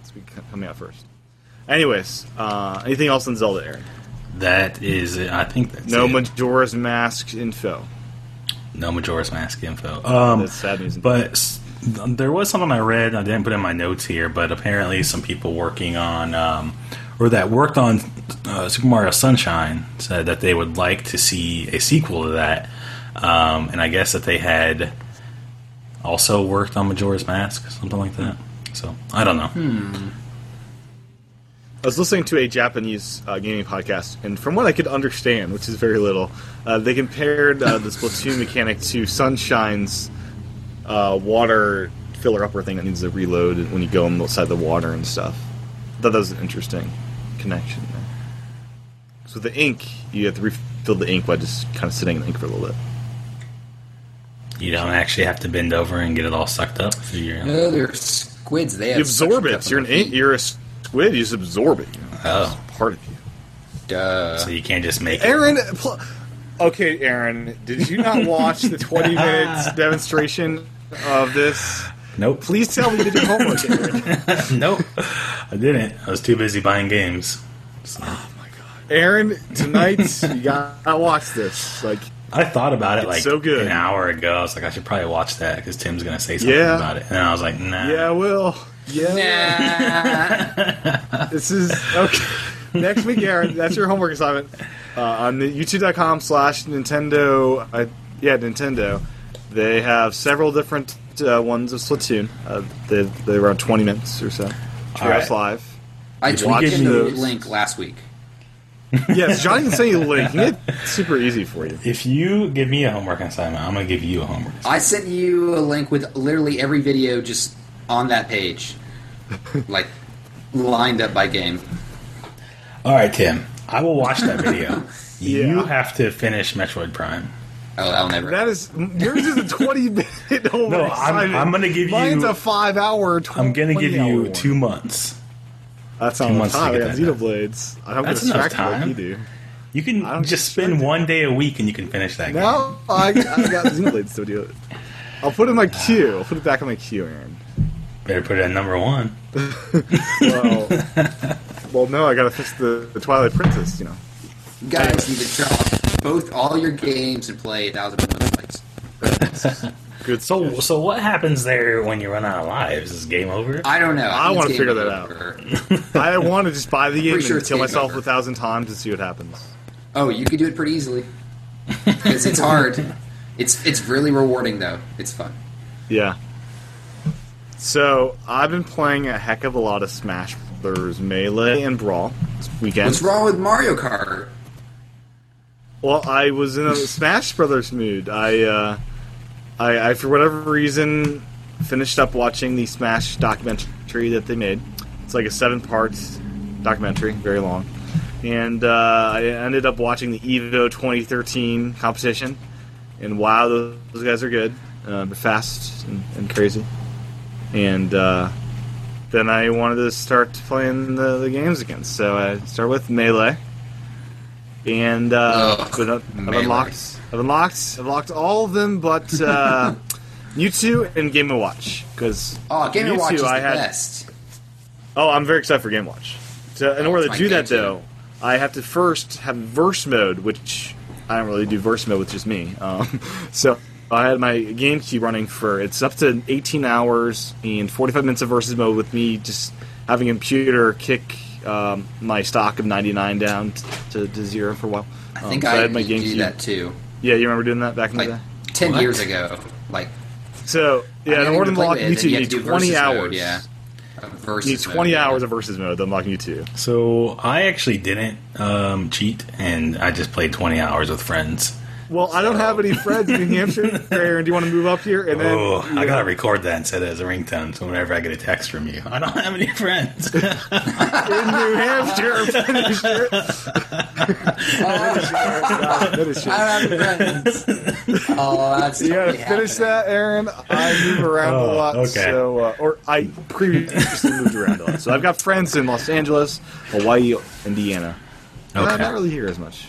it's be- coming out first. Anyways, uh, anything else on Zelda, Aaron? That is, it. I think that's No it. Majora's Mask info. no Majora's Mask info. Um, That's sad news. but s- there was something I read. I didn't put in my notes here, but apparently some people working on um, or that worked on uh, Super Mario Sunshine said that they would like to see a sequel to that, um, and I guess that they had also worked on Majora's Mask, something like that. So I don't know. I was listening to a Japanese uh, gaming podcast, and from what I could understand, which is very little, uh, they compared uh, the Splatoon mechanic to Sunshine's uh, water filler upper thing that needs to reload when you go inside the water and stuff. I thought that was an interesting connection. there. So with the ink, you have to refill the ink by just kind of sitting in the ink for a little bit. You don't actually have to bend over and get it all sucked up. through your- No, they're squids. They have You absorb suction cups it. on You're an their ink. feet. You're a squid. You just absorb it. You know, Oh, it's part of you. Duh. so you can't just make it. Aaron. Pl- okay, Aaron, did you not watch the 20 minutes demonstration of this? Nope. Please tell me you did your homework, Aaron. Nope, I didn't. I was too busy buying games. So- Aaron, tonight you gotta watch this. Like, I thought about it like so good. an hour ago. I was like, I should probably watch that because Tim's gonna say something Yeah. about it, and I was like, Nah. yeah, I will. Yeah, Nah. this is okay. Next week, Aaron, that's your homework assignment uh, on the YouTube.com slash Nintendo. Uh, yeah, Nintendo. They have several different uh, ones of Splatoon. Uh, they, they're around 20 minutes or so. All right. Trails Live. I If you dropped give in me the those- link last week. Yes, Johnny can send you the link. He made it super easy for you. If you give me a homework assignment, I'm gonna give you a homework. assignment. I sent you a link with literally every video just on that page, like lined up by game. All right, Tim. I will watch that video. You Yeah. have to finish Metroid Prime. Oh, I'll never. That is yours is a twenty minute homework No, I'm- assignment. I'm gonna give you- Mine's a five hour. Tw- I'm gonna give 20 hour you one. two months. That's two not enough months to time. I get got that done. Xenoblades. I'm That's gonna enough distract you time. like you do. You I can don't just think spend so. one day a week and you can finish that game. No, I, I got Xenoblades to do it. I'll put it in my queue. I'll put it back in my queue, Aaron. Better put it at number one. Well, well, no, I gotta fix the, the Twilight Princess. You know, You guys need to drop both all your games and play a thousand and one Nights. good. So, so what happens there when you run out of lives? Is game over? I don't know. I wanna figure that out. I want to just buy the game Pretty sure and it's kill game myself over. a thousand times and see what happens. Oh, you could do it pretty easily because it's hard. It's it's really rewarding though. It's fun. Yeah. So I've been playing a heck of a lot of Smash Brothers Melee and Brawl this weekend. What's wrong with Mario Kart? Well, I was in a Smash Brothers mood. I uh, I, I for whatever reason finished up watching the Smash documentary that they made. It's like a seven parts documentary, very long, and uh, I ended up watching the Evo 2013 competition. And wow, those, those guys are good, uh, but fast and, and crazy. And uh, then I wanted to start playing the, the games again, so I started with Melee. And uh, Ugh, but I've Melee. unlocked, I've unlocked, I've unlocked all of them, but uh, Mewtwo and Game and Watch because Oh, Game and Watch is the I had. best. Oh, I'm very excited for Game Watch. To, in Oh, order it's to my do that, game, too. though, I have to first have verse mode, which I don't really do verse mode with just me. Um, so I had my GameCube running for it's up to 18 hours and 45 minutes of versus mode with me just having a computer kick um, my stock of 99 down t- to, to zero for a while. I think um, so I had my had to GameCube. do that too, Yeah, you remember doing that back in like the day. ten What? years ago. Like So yeah, I in had order nothing to play unlock with, and YouTube, you had need to do 20 versus mode, hours. yeah, You need versus 20 mode, yeah. hours of versus mode to unlock YouTube. So I actually didn't um, cheat, and I just played 20 hours with friends. Well, I don't have any friends in New Hampshire. Aaron, do you want to move up here? And then Oh, I gotta record that and set it as a ringtone. So whenever I get a text from you, I don't have any friends. in New Hampshire, finish it. Finish it. I don't have friends. oh, that's You gotta totally finish happening. that, Aaron. I move around a Oh, lot, okay. so uh, or I previously moved around a lot. So I've got friends in Los Angeles, Hawaii, Indiana. And I'm Okay. not really here as much.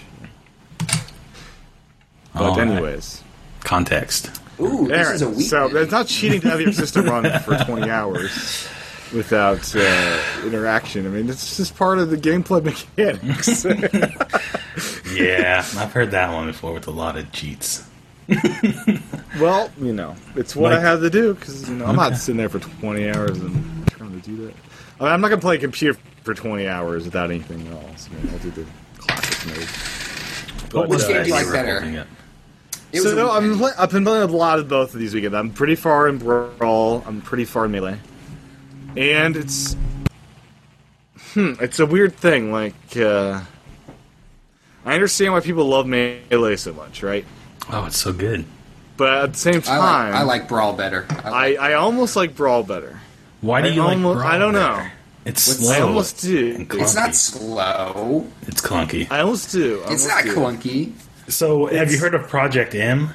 But All right. anyways, Context. Ooh, this Aaron. is a week. so it's not cheating to have your system run for 20 hours without uh, interaction. I mean, it's just part of the gameplay mechanics. Yeah, I've heard that one before with a lot of cheats. Well, you know, it's what Like- I had to do because you know I'm not sitting there for 20 hours and trying to do that. I mean, I'm not gonna play a computer for 20 hours without anything else. I mean, I'll do the classic mode. But, Which uh, game do you I like see better? we're holding it. It was so a no, week- I'm play- I've been playing a lot of both of these weekends. I'm pretty far in brawl. I'm pretty far in melee, and it's hmm, it's a weird thing. Like uh, I understand why people love melee so much, right? Oh, it's so good. But at the same I time, like, I like Brawl better. I, like, I, I almost like Brawl better. Why do I you almo- like? I don't Brawl know. better? It's What's- slow. I almost do. and it's clunky. not slow. It's clunky. I almost do. I It's almost not do. clunky. So, have It's- you heard of Project M?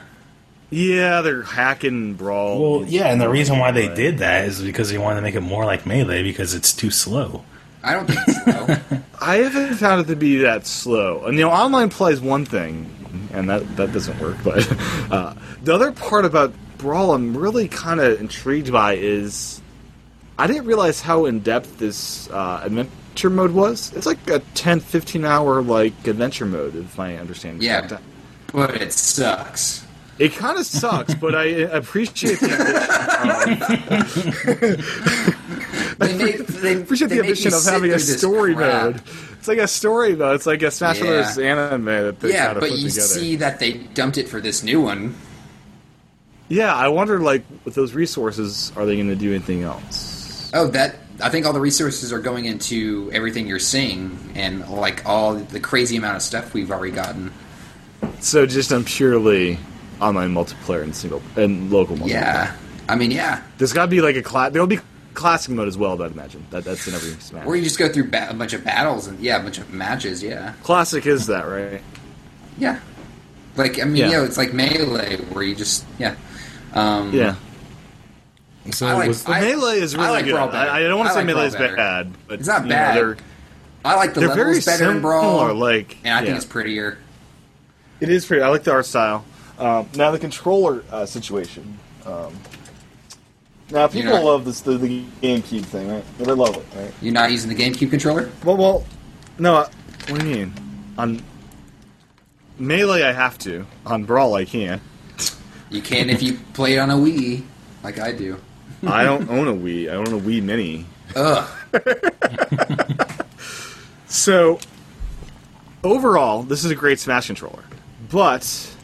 Yeah, they're hacking Brawl. Well, yeah, and the reason why they did that is because they wanted to make it more like Melee because it's too slow. I don't think it's slow. I haven't found it to be that slow. And, You know, online play is one thing, and that, that doesn't work. But uh, the other part about Brawl I'm really kind of intrigued by is I didn't realize how in depth this uh, adventure mode was. It's like a 10, 15 hour like adventure mode, if my understanding is Yeah. correct. but it sucks. It kind of sucks, but I appreciate the They make, they, appreciate they the make you ambition of sit having a through this story crap. mode. It's like a story mode. It's like a Smash Yeah. Brothers anime that they Yeah, kind of but put you together. see that they dumped it for this new one. yeah, I wonder, like, with those resources, are they going to do anything else? Oh, that I think all the resources are going into everything you're seeing and like all the crazy amount of stuff we've already gotten. So just on purely online multiplayer and single and local multiplayer. Yeah, I mean, yeah, there's got to be like a class. There'll be classic mode as well. I'd imagine that that's in every Smash. or you just go through ba- a bunch of battles and yeah, a bunch of matches. Yeah, classic is that right? yeah. Like I mean, Yeah. you know, it's like melee where you just yeah. Um, Yeah. So, I like- was the- I- melee is really I like good. Brawl better. I, I don't want I to say like melee Brawl is better. bad, but It's not you know, bad. they're- I like the They're levels very better in Brawl. similar, like- and I think yeah. it's prettier. It is pretty. I like the art style. Um, now the controller uh, situation. Um, now people You're not- love this the, the GameCube thing, right? They love it, right? You're not using the GameCube controller. Well, well, no. I, what do you mean? On melee, I have to. On brawl, I can. You can if you play it on a Wii, like I do. I don't own a Wii. I own a Wii Mini. Ugh. So overall, this is a great Smash controller, but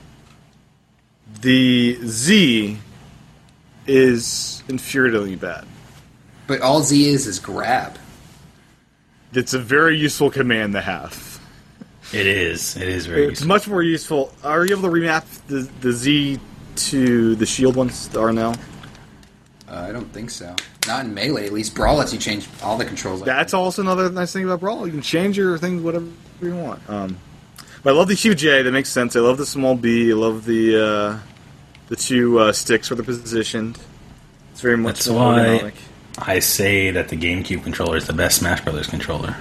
the Z is infuriatingly bad. But all Z is is grab. It's a very useful command to have. it is. It is very. It's useful. much more useful. Are you able to remap the, the Z to the shield ones, the RNL? Uh, I don't think so. Not in melee, at least. Brawl lets you change all the controls. That's also another nice thing about Brawl. You can change your things whatever you want. Um, but I love the huge A. That makes sense. I love the small B. I love the uh, the two uh, sticks where they're positioned. It's very much That's more why- ergonomic. I say that the GameCube controller is the best Smash Brothers controller.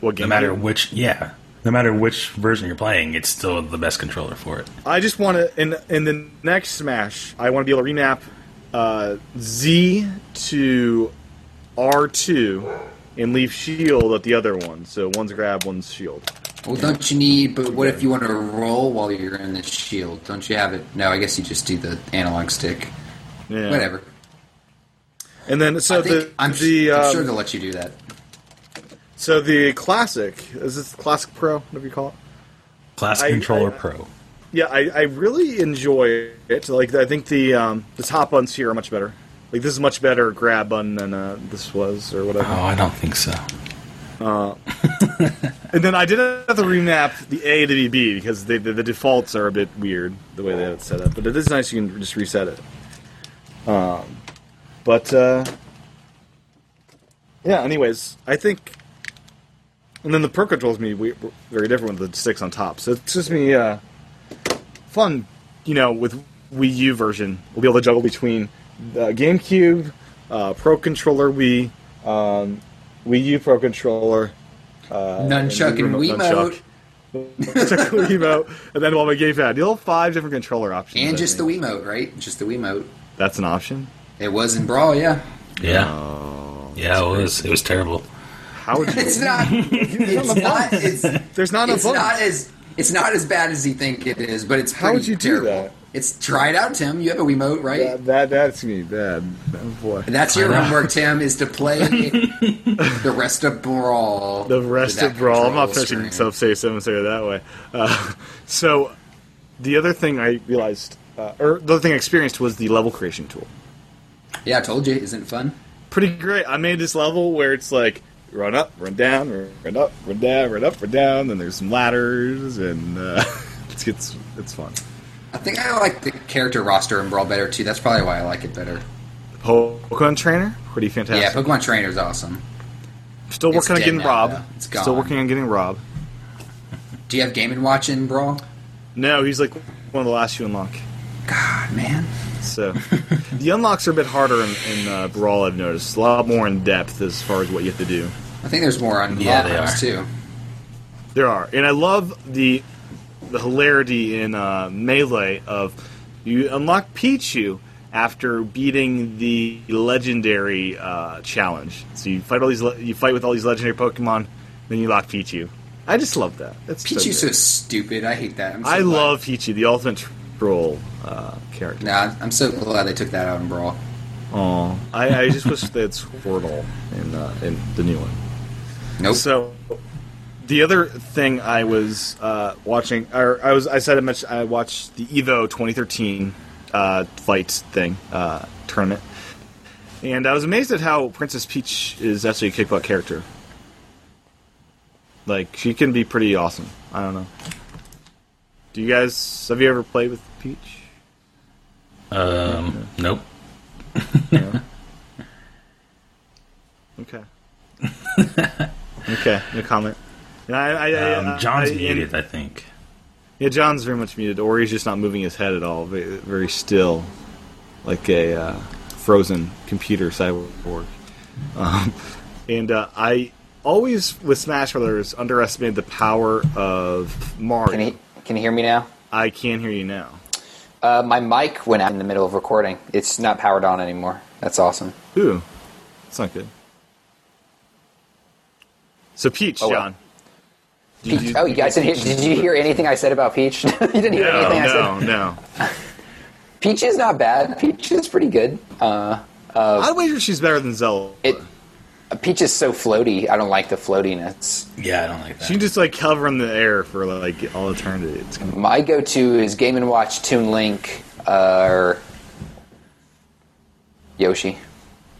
What No game? matter which, yeah, no matter which version you're playing, it's still the best controller for it. I just want to in in the next Smash. I want to be able to remap uh, Z to R two and leave Shield at the other one. So one's grab, one's Shield. Well, don't you need? But what if you want to roll while you're in the shield? Don't you have it? No, I guess you just do the analog stick. Yeah. Whatever. And then so I think, the I'm, the I'm um, sure they'll let you do that. so the classic is this classic pro whatever you call it. Classic I- Controller I- Pro. Yeah, I, I really enjoy it. Like I think the um, the top buttons here are much better. Like this is much better grab button than uh, this was or whatever. Oh, I don't think so. And then I did have to remap the A to the B because they, the, the defaults are a bit weird the way they have it set up. But it is nice you can just reset it. Um, but uh, yeah, anyways, I think. And then the pro controls me we, were very different with the sticks on top. So it's just me uh, fun, you know, with Wii U version. We'll be able to juggle between the GameCube, uh, Pro Controller Wii, um, Wii U Pro Controller, Nunchuck and uh, remote- Wiimote, nunchuck. check the Wiimote, and then while my gamepad. You'll have five different controller options. and I just the think. Wiimote, right? Just the Wiimote. That's an option? It was in Brawl, yeah. Yeah, yeah, it was. It was terrible. How would you... It's not. It's not. It's, There's not enough it's not buttons. as. It's not as bad as you think it is, but it's. How would pretty you do terrible. that? It's try it out, Tim. You have a Wiimote, right? That, that, that's me, bad. Oh, boy. And that's your Try it out. homework, Tim, is to play the rest of Brawl. The rest with that of Brawl. I'm not control touching screen. sub save seven say it that way. Uh, so, the other thing I realized, uh, or the other thing I experienced was the level creation tool. Yeah, I told you, isn't it fun? pretty great. I made this level where it's like run up, run down, run- run up, run down, run up, run down. Then there's some ladders, and uh, it's, it's it's fun. I think I like the character roster in Brawl better too. That's probably why I like it better. Pokemon trainer, pretty Yeah, fantastic. Pokemon Trainer's awesome. Still it's working on dead getting now, Rob. though. It's gone. Still working on getting Rob. Do you have Game and Watch in Brawl? No, he's like one of the last you unlock. God, man. So the unlocks are a bit harder in, in uh, Brawl. I've noticed a lot more in depth as far as what you have to do. I think there's more on Yeah, yeah, they are. too. There are, and I love the the hilarity in uh, melee of you unlock Pichu after beating the legendary uh, challenge. So you fight all these, le- you fight with all these legendary Pokemon, then you lock Pichu. I just love that. That's so Pichu's so good. stupid. I hate that. I'm so I glad- love Pichu, the ultimate troll uh, character. Nah, I'm so glad they took that out in Brawl. Oh, I, I just wish they had Squirtle in uh, in the new one. Nope. So, the other thing I was uh, watching, or I was, I said I, much, I watched the Evo 2013 uh, fight thing uh, tournament, and I was amazed at how Princess Peach is actually a kick butt character. Like she can be pretty awesome. I don't know. Do you guys have you ever played with Peach? Um, nope. Okay. okay. No comment. And I, I, I- Um, John's I- and- muted, I think. Yeah, John's very much muted, or he's just not moving his head at all. Very, very still, like a uh, frozen computer cyborg. Um, and uh, I always, with Smash Brothers, underestimated the power of Can Mario. you, can you hear me now? I can hear you now. Uh, my mic went out in the middle of recording. It's not powered on anymore. That's awesome. Ooh, that's not good. So Peach, Oh, well. John. Peach. oh, you guys didn't hear, did you hear anything I said about Peach? you didn't hear No, anything I no, said. no. Peach is not bad. Peach is pretty good. Uh, I'd wager she's better than Zelda. it, Peach is so floaty. I don't like the floatiness. Yeah, I don't like that. she can just like hover in the air for like all eternity. It's kind My go-to is Game and Watch, Toon Link, uh, or Yoshi.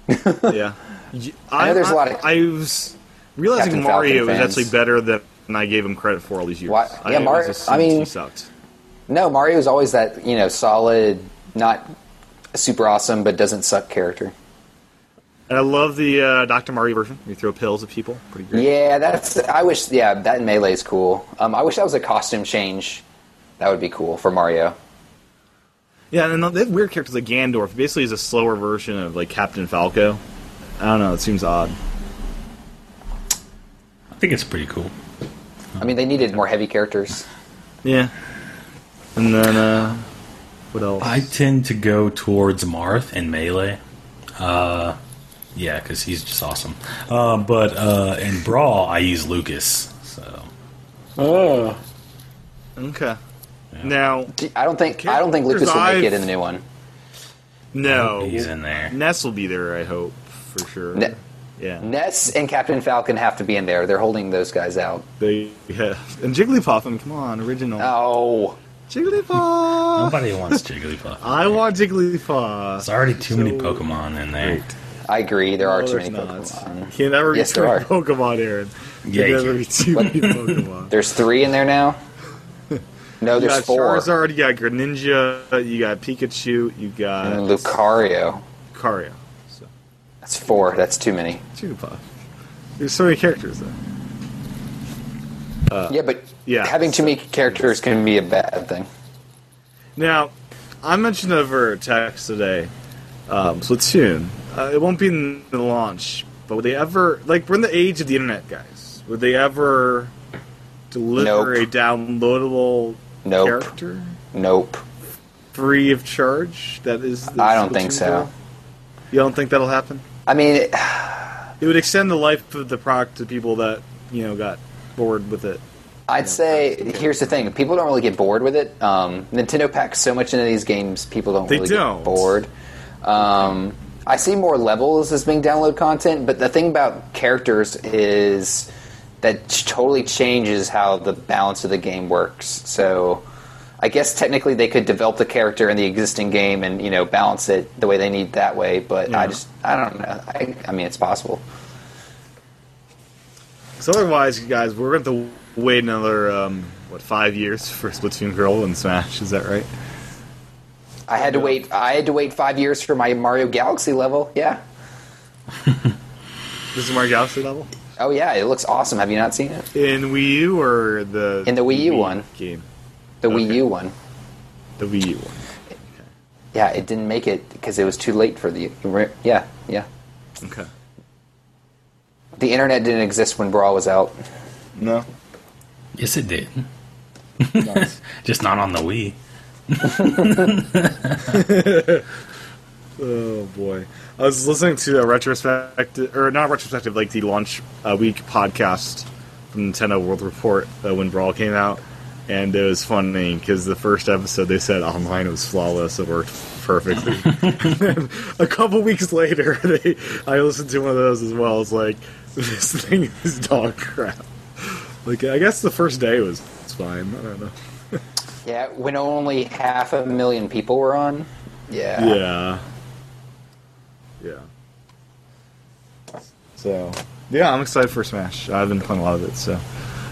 yeah. Y- know there's a lot of I was realizing Captain Falcon Mario is fans. actually better than I gave him credit for all these years. Why- yeah, I Mar- always assumed I mean- he sucked. No, Mario's always that you know solid Not super awesome, but doesn't suck character. And I love the uh, Dr. Mario version. You throw pills at people. Pretty great. Yeah, that's. I wish. Yeah, that and melee is cool. Um, I wish that was a costume change. That would be cool for Mario. Yeah, and they have weird characters like Gandorf. Basically, is a slower version of like Captain Falco. I don't know. It seems odd. I think it's pretty cool. I mean, they needed more heavy characters. Yeah. And then uh, what else? I tend to go towards Marth and Melee. Uh, yeah, because he's just awesome. Uh, but uh, in Brawl, I use Lucas. So Oh. okay. Now, D- I don't think. I don't think Lucas will make it in the new one. no, he's in there. Ness will be there. I hope for sure. Ne- yeah. Ness and Captain Falcon have to be in there. They're holding those guys out. They yeah. And Jigglypuff. I mean, come on, original. Oh, Jigglypuff. Nobody wants Jigglypuff. I want Jigglypuff. There's already too many So- Pokemon in there. I agree. There are No, too there's many not. Pokemon. Can never be Yes, too there many are. Pokemon, Aaron. Yeah, Can you never can. be too many Pokemon. There's three in there now. No, You there's got four. Charizard, you got Greninja, you got Pikachu, you got And Lucario. Lucario. So, That's four. That's too many. Jigglypuff. There's so many characters though. yeah, but Uh, yeah, having too many characters can be a bad thing. Now, I mentioned over text today um, Splatoon. Uh, it won't be in the launch, but would they ever like we're in the age of the internet, guys? Would they ever deliver Nope. a downloadable Nope. character Nope. free of charge? That is, the I don't think Splatoon so. title? You don't think that'll happen? I mean, It would extend the life of the product to people that you know got bored with it. I'd say here's the thing: people don't really get bored with it. Um, Nintendo packs so much into these games, people don't They really don't. get bored. Um, I see more levels as being download content, but the thing about characters is that ch- totally changes how the balance of the game works. So, I guess technically they could develop the character in the existing game and you know balance it the way they need that way. But Yeah. I just I don't know. I, I mean, it's possible. Because otherwise, you guys, we're going to have to wait another um, what five years for Splatoon Girl and Smash. Is that right? I had to wait. I had to wait five years for my Mario Galaxy level. Yeah. This is Mario Galaxy level Oh yeah, it looks awesome. Have you not seen it? in Wii U or the In the Wii U one. game, The Okay. Wii U one. the Wii U one. Yeah, it didn't make it because it was too late for the. you re- Yeah, yeah. Okay. The internet didn't exist when Brawl was out. No. Yes, it did. just not on the Wii. Oh boy. I was listening to a retrospective, or not retrospective, like the launch uh, week podcast from Nintendo World Report uh, when Brawl came out, and it was funny because the first episode they said online was flawless, it worked perfectly. a couple weeks later, they, I listened to one of those as well. It's like this thing is dog crap. Like I guess the first day was it's fine. I don't know. Yeah, when only half a million people were on. Yeah. Yeah. Yeah. So, yeah, I'm excited for Smash. I've been playing a lot of it, so.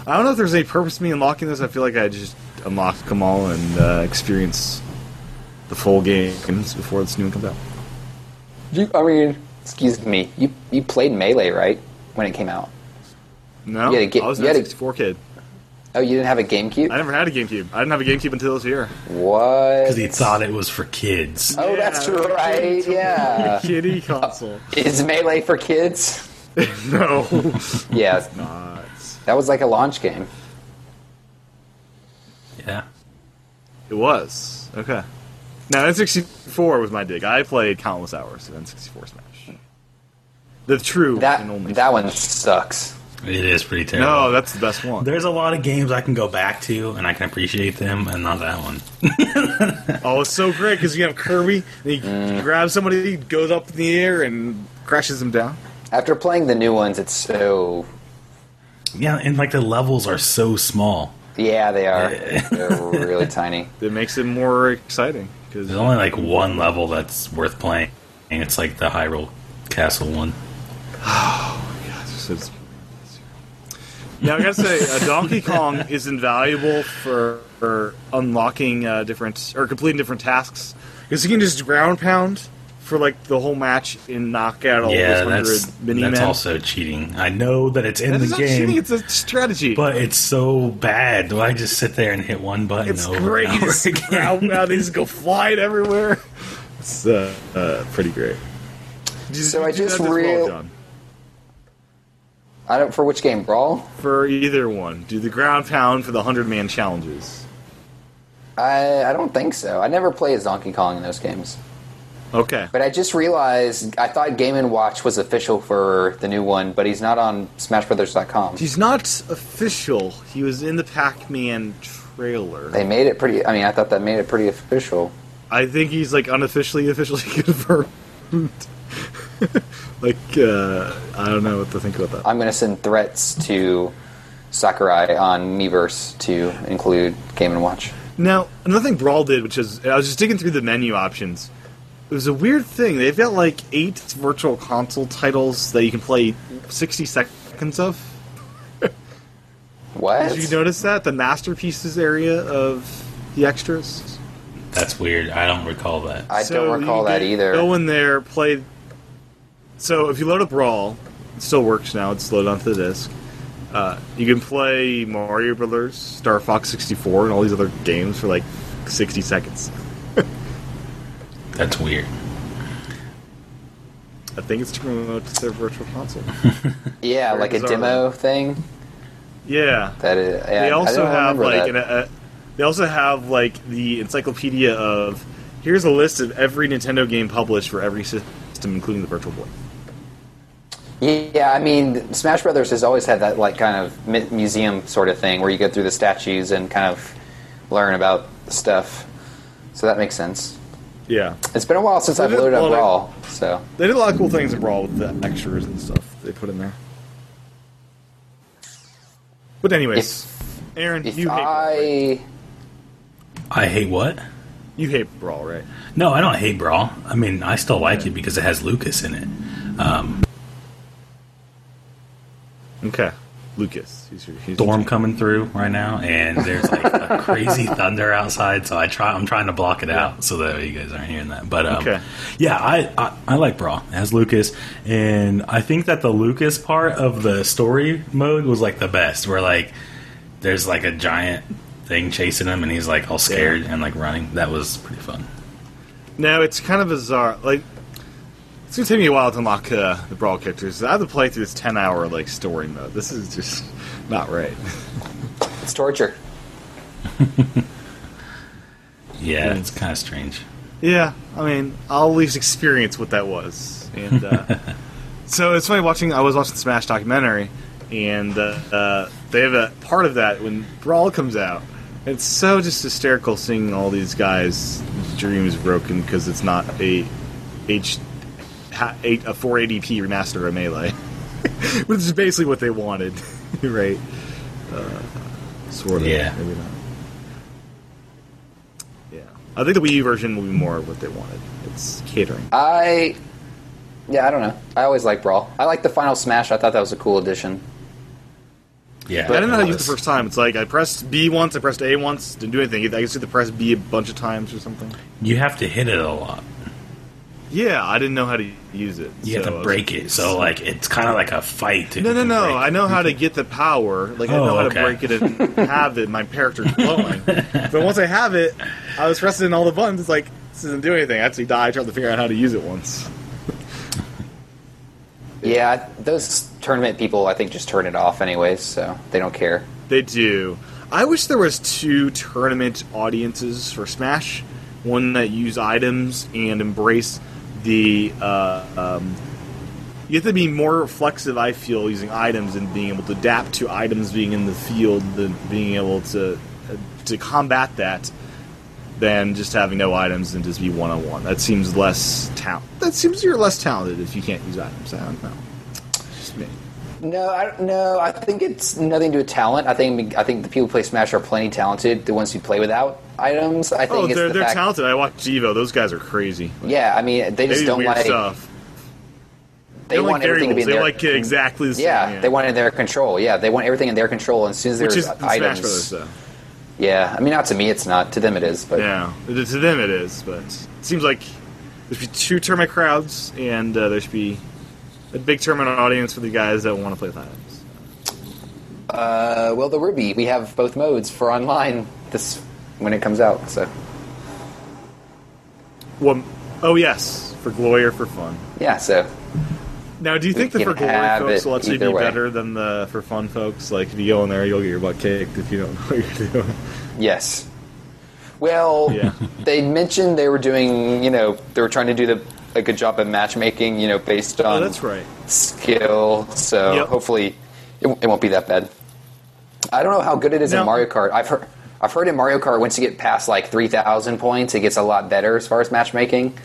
I don't know if there's any purpose to me unlocking this. I feel like I just unlocked them all and uh, experience the full games before this new one comes out. You, I mean, excuse me. You you played Melee right when it came out? No, You gotta get- I was you an gotta- 64 kid. Oh, you didn't have a GameCube? I never had a GameCube. I didn't have a GameCube until this year. What? Because he thought it was for kids. Oh, Yeah, that's I was a right. Yeah. Kitty console. Is Melee for kids? no. Yeah, Not. that was like a launch game. Yeah. It was. Okay. Now, N64 was my dig. I played countless hours of N64 Smash. The true and only. That that one sucks. It is pretty terrible. no, that's the best one. There's a lot of games I can go back to and I can appreciate them, and not that one. Oh, it's so great because you have Kirby, and he Mm. grabs somebody, goes up in the air, and crashes them down. After playing the new ones, it's so Yeah, and like the levels are so small. yeah, they are. They're really tiny. It makes it more exciting. Cause, There's only like one level that's worth playing, and it's like the Hyrule Castle one. it's- it's- Now I gotta say, uh, Donkey Kong is invaluable for, for unlocking uh, different or completing different tasks because you can just ground pound for like the whole match and knock out all yeah, those that's hundred mini that's men. also cheating. I know that it's in That the is not game, cheating; it's a strategy. but it's so bad. Do I just sit there and hit one button? it's over great. And You over just again? ground pound; they just go flying everywhere. It's uh, uh, pretty great. You So I you do just that as well, real- John. I don't for which game brawl. for either one. Do the ground pound for the hundred man challenges. I I don't think so. I never played as Donkey Kong in those games. Okay. But I just realized I thought Game and Watch was official for the new one, but he's not on SmashBrothers.com. He's not official. He was in the Pac-Man trailer. They made it pretty. I mean, I thought that made it pretty official. I think he's like unofficially, officially confirmed. like, uh, I don't know what to think about that. I'm going to send threats to Sakurai on Miiverse to include Game and Watch. Now, another thing Brawl did, which is I was just digging through the menu options. It was a weird thing. They've got like eight virtual console titles that you can play sixty seconds of. What? Did you notice that the masterpieces area of the extras? That's weird. I don't recall that. I So don't recall you that get- either. Go in there, play. So if you load up Brawl, it still works now. It's loaded onto the disc. Uh, you can play Mario Brothers, Star Fox 64, and all these other games for like 60 seconds. That's weird. I think it's to promote their virtual console. yeah, Very like a bizarre. demo thing. yeah. That is, yeah, they I also don't have remember like that. an, uh, they also have like the encyclopedia of here's a list of every Nintendo game published for every system, including the Virtual Boy. e- Yeah, I mean, Smash Brothers has always had that like kind of mu- museum sort of thing where you go through the statues and kind of learn about stuff. So that makes sense. Yeah. It's been a while since It I've is loaded up bloated. Brawl, so They did a lot of cool things in Brawl with the extras and stuff they put in there. But anyways, Aaron, if you hate Brawl, right? I I hate what? you hate Brawl, right? No, I don't hate Brawl. I mean, I still like it because it has Lucas in it. Okay, Lucas, he's your he's Storm coming through right now, and there's like a crazy thunder outside. So I try. I'm trying to block it out so that you guys aren't hearing that. But um, Okay. yeah, I, I I like Brawl as Lucas, and I think that the Lucas part of the story mode was like the best. Where like there's like a giant thing chasing him, and he's like all scared and like running. That was pretty fun. No, it's kind of bizarre. Like, it's gonna take me a while to unlock uh, the Brawl characters. I have to play through this ten-hour like story mode. This is just not right. it's torture. Yeah, Hmm. it's kind of strange. Yeah, I mean, I'll at least experience what that was. And uh, so it's funny watching. I was watching the Smash documentary, and uh, uh, they have a part of that when Brawl comes out. It's so just hysterical seeing all these guys' dreams broken because it's not a H ha- eight a 480p remaster of Melee, which is basically what they wanted, right? Uh, sort of. Yeah. Maybe not. Yeah. I think the Wii U version will be more what they wanted. It's catering. I yeah, I don't know. I always like Brawl. I like the final Smash. I thought that was a cool addition. Yeah, I didn't know how to it use it was. the first time. It's like I pressed B once, I pressed A once, didn't do anything. I used to press B a bunch of times or something. You have to hit it a lot. Yeah, I didn't know how to use it. You so have I to was- break it. So like it's kind of like a fight. to No, no, break no. it. I know how to get the power. Like, I Oh, know how okay. to break it and have it. My character's glowing. but once I have it, I was pressing all the buttons. It's like, this doesn't do anything. I actually died trying to figure out how to use it once. Yeah, I- those tournament people I think just turn it off anyways, so they don't care. They do. I wish there was two tournament audiences for Smash, one that use items and embrace the. Uh, um, you have to be more reflexive, I feel, using items and being able to adapt to items being in the field than being able to to combat that than just having no items and just be one on one. That seems less talent. That seems you're less talented if you can't use items. I don't know. Just me. No, I don't- no, I think it's nothing to do with talent. I think I think the people who play Smash are plenty talented. The ones who play without items, I think Oh, it's they're the they're fact. talented. I watch Evo. Those guys are crazy. Yeah, I mean they They just do don't weird like stuff. they want like everything to variables. be in They their like it exactly the same. yeah, they want it in their control. Yeah, they want everything in their control. And as soon as which there's is the Smash items, Brothers though. yeah. I mean, not to me, it's not. To them, it is. But Yeah, to to them it is, but it seems like there should be two termite crowds, and uh, there should be a big termite audience for the guys that want to play Platinums. uh, well, the Ruby, we have both modes for online. This when it comes out. So Well, oh yes, for glory or for fun. yeah, so Now, do you think the We for can glory have folks it will actually be either way. better than the for fun folks? Like, if you go in there, you'll get your butt kicked if you don't know what you're doing. yes. Well, Yeah. they mentioned they were doing. You know, they were trying to do the a good job at matchmaking. You know, based Oh, on that's right. skill. So Yep. hopefully, it, it won't be that bad. I don't know how good it is No. in Mario Kart. I've heard I've heard in Mario Kart once you get past like three thousand points, it gets a lot better as far as matchmaking.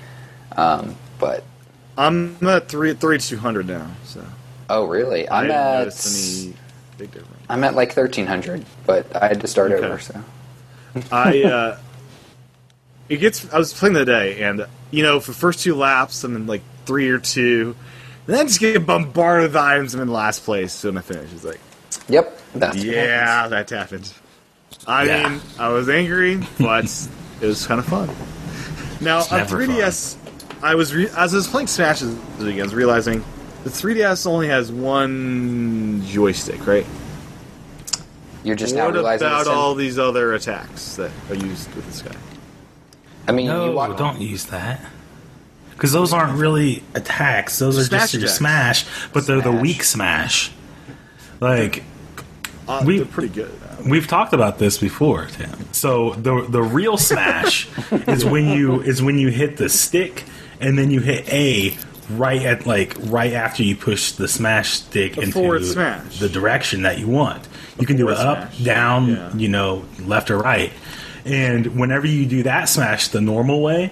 Um, but I'm at three three two hundred now, so oh really? I'm didn't at notice any big difference. I'm at like thirteen hundred, but I had to start Okay. over. So I uh, it gets. I was playing the other day, and you know, for the first two laps, I'm in like three or two, and then I just get bombarded with items. I'm in last place, so I finish. It's like, yep, that's what happens. yeah, that happened. I Yeah. mean, I was angry, but it was kind of fun. Now on never 3ds, I was re- as I was playing Smash this weekend, I was realizing the 3ds only has one joystick, right? You're just now what realizing. about this in- all these other attacks that are used with this guy? I mean, you No, walk, don't use that. Because those aren't really attacks; those are Smash just your attacks. smash, but they're the Smash. weak smash. Like Uh, We- they're pretty good. we've talked about this before, Tim. So the the real smash is when you is when you hit the stick and then you hit A right at like right after you push the smash stick The into forward smash. the direction that you want. You can do it forward up, smash. down, Yeah. you know, left or right. And whenever you do that smash the normal way,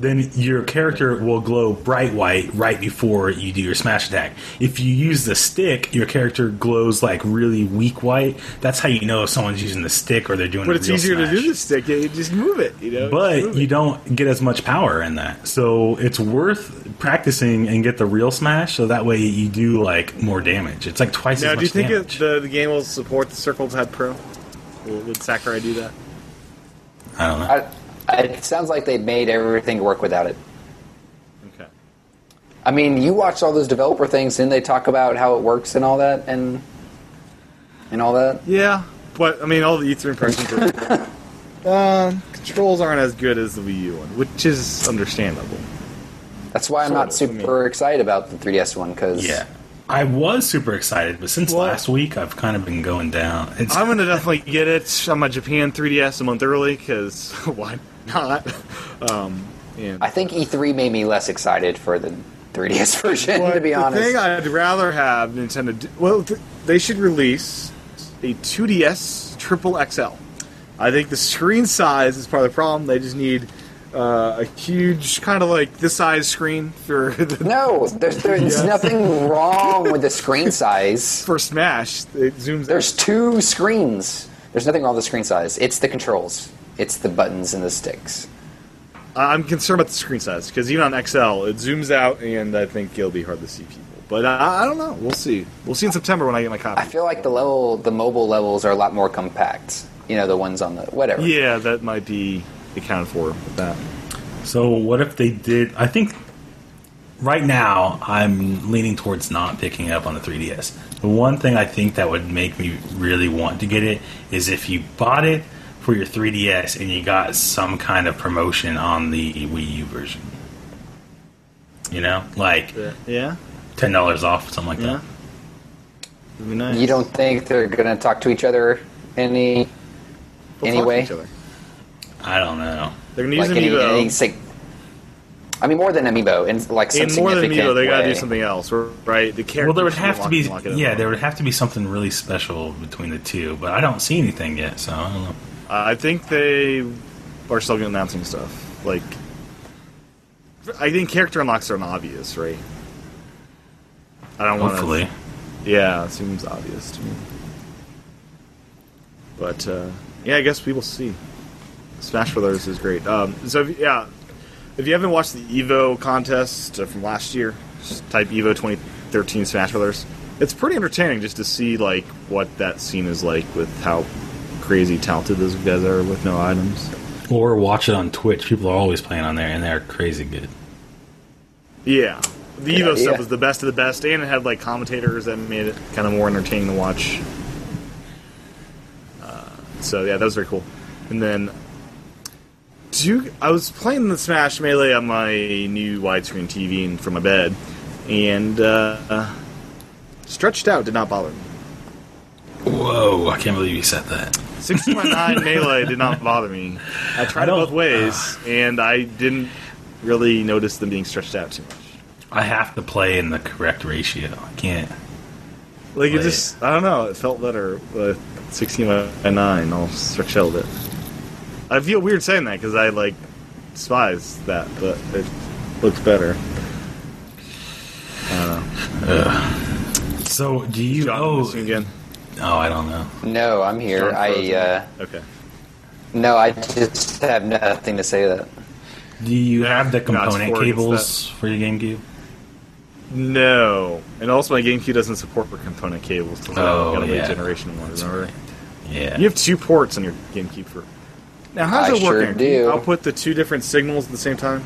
then your character will glow bright white right before you do your smash attack. If you use the stick, your character glows like really weak white. That's how you know if someone's using the stick or they're doing. But a it's real easier to smash. do the stick. You just move it, you know. Just But move you it. don't get as much power in that, so it's worth practicing and get the real smash. So that way you do like more damage. It's like twice Now, as do much you think it, damage. the, the game will support the Circle Pad Pro? Will- Would Sakurai do that? I don't know. I, I, it sounds like they made everything work without it. Okay. I mean, you watch all those developer things, and they talk about how it works and all that, and and all that. Yeah, but I mean, all the E3 impressions are. Uh, controls aren't as good as the Wii U one, which is understandable. That's why I'm Sort not of, I mean- super excited about the 3DS one because yeah, I was super excited, but since Well- last week I've kind of been going down. It's I'm gonna definitely get it on my Japan 3DS a month early because why not? Um, and I think E3 made me less excited for the 3DS version. But to be the honest, thing I'd rather have Nintendo. Do, well, th- they should release a 2DS Triple XL. I think the screen size is part of the problem. They just need uh, a huge, kind of like this size screen for the, no, there's, there's nothing wrong with the screen size. for Smash. It zooms. There's two screens. There's nothing wrong with the screen size. It's the controls. It's the buttons and the sticks. I- I'm concerned about the screen size because even on XL, it zooms out, and I think it'll be hard to see people. But I, I don't know. We'll see. We'll see in September when I get my copy. I feel like the level, the mobile levels are a lot more compact. You know, the ones on the whatever. yeah, that might be accounted for with that. So what if they did? I think right now I'm leaning towards not picking up on the 3DS. The one thing I think that would make me really want to get it is if you bought it for your 3DS and you got some kind of promotion on the Wii U version. You know, like Yeah, ten dollars off, something like yeah. that. It'd be nice. You don't think they're gonna talk to each other any They'll talk to anyway? each other. I don't know. They're gonna use like any, Amiibo. any sig- I mean, more than amiibo, and like some and more than significant Amiibo, they gotta way. do something else, right? The character. Well, there would have to be lock it up. yeah, there would have to be something really special between the two, but I don't see anything yet, so I don't know. I think they are still announcing stuff. Like, I think character unlocks are obvious, right? I don't want Hopefully. Yeah, it seems obvious to me. But uh, yeah, I guess we will see. Smash Brothers is great. Um, so if, yeah, if you haven't watched the Evo contest uh, from last year, Just type Evo 2013 Smash Brothers. It's pretty entertaining just to see like what that scene is like with how crazy talented those guys are with no items. Or watch it on Twitch. People are always playing on there, and they're crazy good. Yeah. The Evo yeah. stuff was the best of the best, and it had like commentators that made it kind of more entertaining to watch. Uh, so yeah, that was very cool. And then, do you- I was playing the Smash Melee on my new widescreen TV and from my bed, and uh, uh, stretched out did not bother me. Whoa! I can't believe you said that. 60 by 9 melee did not bother me. I tried I it don't- both ways, and I didn't really notice them being stretched out too much. I have to play in the correct ratio. I can't. Like, it Right. just, I don't know, it felt better with 16 by 9, all stretched out a bit. I feel weird saying that because I, like, despise that, but it looks better. So do you? John, oh, missing again. oh, I don't know. No, I'm here. John I frozen. uh, Okay. no, I just have nothing to say to that. Do you have No, the it's component forward, it's cables for your GameCube? No. And also, my GameCube doesn't support for component cables. So Oh, I gotta wait yeah. a generation more, remember? Yeah. You have two ports on your GameCube for. Now, how's I it sure working? do. I'll put the two different signals at the same time.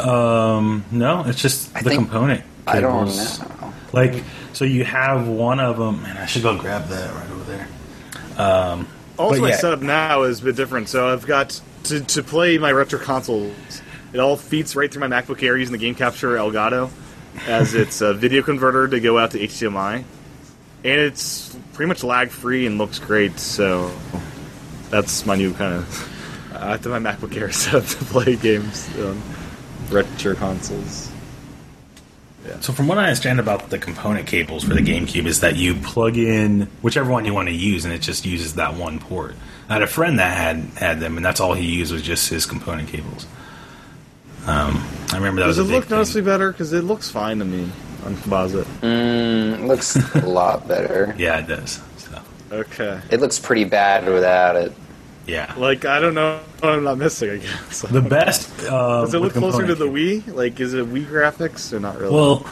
um. No, it's just I the think- component. I don't Cables. know. Like, so you have one of them, and I should go grab that right over there. Also, But my yeah. setup now is a bit different. So I've got to, to play my retro consoles. It all feeds right through my MacBook Air using the Game Capture Elgato as its uh, video converter to go out to HDMI, and it's pretty much lag free and looks great. So that's my new kind of. I have to have my MacBook Air set up to play games on retro consoles. So, from what I understand about the component cables for the GameCube, is that you plug in whichever one you want to use, and it just uses that one port. I had a friend that had had them, and that's all he used was just his component cables. Um, I remember that Does it was a big look thing. noticeably better? Because it looks fine to me on composite. It looks a lot better. Yeah, it does. So, Okay. It looks pretty bad without it. yeah, Like I don't know what I'm not missing. I guess. the best. Um, Does it look with closer to component the Wii? cable- Like, is it Wii graphics or not really? Well,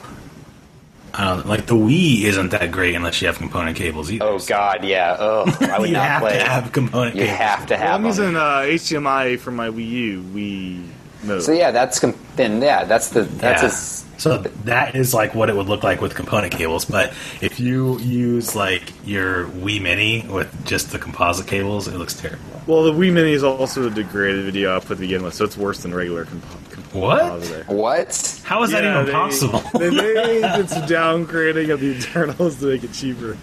I don't like the Wii isn't that great unless you have component cables either. Oh God, yeah. Oh, I would you not have play. to have component you cables. have to have. Well, I'm them. using uh, HDMI for my Wii U Wii mode. So yeah, that's com- then yeah, that's the that's Yeah. his- so that is like what it would look like with component cables. But if you use like your Wii Mini with just the composite cables, it looks terrible. Well, the Wii Mini is also a degraded video output to begin with, so it's worse than regular comp- comp- What? compositor. what? How is that Yeah, even they- possible? They made it's downgrading of the internals to make it cheaper.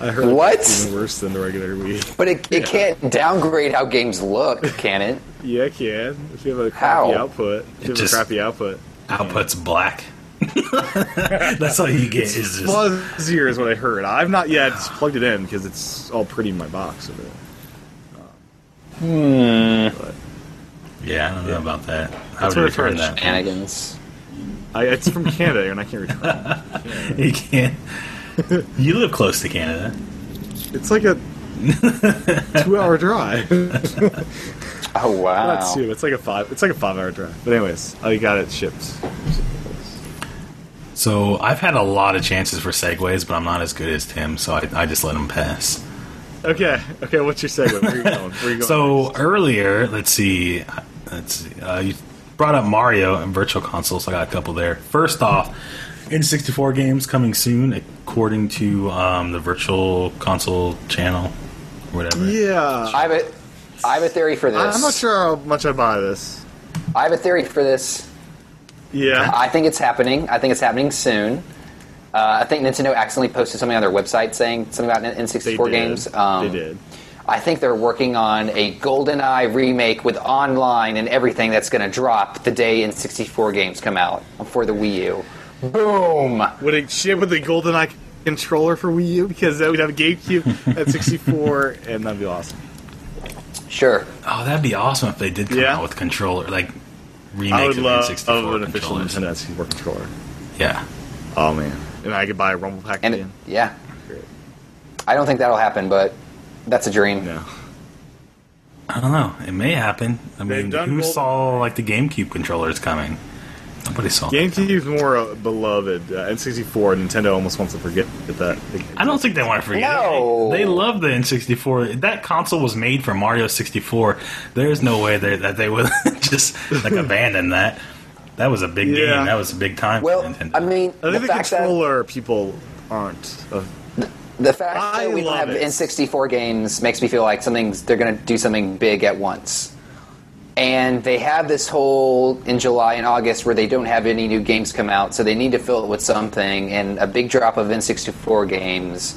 I heard What? it's even worse than the regular Wii. But it, it can't downgrade how games look, can it? Yeah, it can. If you have a crappy How? output, if you It have just- a crappy output. Output's black. That's all you get is just Fuzzier is what I heard. I've not yet plugged it in because it's all pretty in my box of it. yeah. I don't know about that. How That's would you what I've return heard. that? Shenanigans. I, it's from Canada, and I can't return. it. You can't. You live close to Canada. It's like a two-hour drive. Oh Not wow. two. It's like a five. It's like a five-hour drive. But anyways, I got it shipped. So I've had a lot of chances for segues, but I'm not as good as Tim, so I, I just let him pass. Okay. Okay. What's your segue? Where you going? Where you going? So earlier, let's see, let's see, uh, you brought up Mario and Virtual Console, so I got a couple there. First off, N64 games coming soon, according to um, the Virtual Console channel, or whatever. yeah, I have a I have a theory for this. I'm not sure how much I buy this. I have a theory for this. Yeah. I think it's happening. I think it's happening soon. Uh, I think Nintendo accidentally posted something on their website saying something about N- They N64 did. games. Um, they did. I think they're working on a GoldenEye remake with online and everything that's going to drop the day N64 games come out for the Wii U. Boom! Would it ship with the GoldenEye controller for Wii U? Because that would have a GameCube at 64, and that'd be awesome. Sure. Oh, that'd be awesome if they did come Yeah. out with controller, like I remakes would of love N64 an official controllers. Nintendo 64 controller. Yeah. Oh man, and I could buy a Rumble Pack And it- again. yeah, Great. I don't think that'll happen, but that's a dream. No. I don't know. It may happen. I They've mean, done who Golden- saw like the GameCube controllers coming? Nobody saw. that. GameCube's more uh, beloved. Uh, N64, Nintendo almost wants to forget that. I don't think they want to forget. it. No. They love the N64. That console was made for Mario 64. There's no way they- that they would just like abandon that. That was a big Yeah. game. That was a big time. for Well, Nintendo. I mean, I the, think the, fact that controller people aren't. Uh, the fact I that we don't love have it. N64 games makes me feel like something's they're going to do something big at once. And they have this whole in July and August where they don't have any new games come out, so they need to fill it with something. And a big drop of N64 games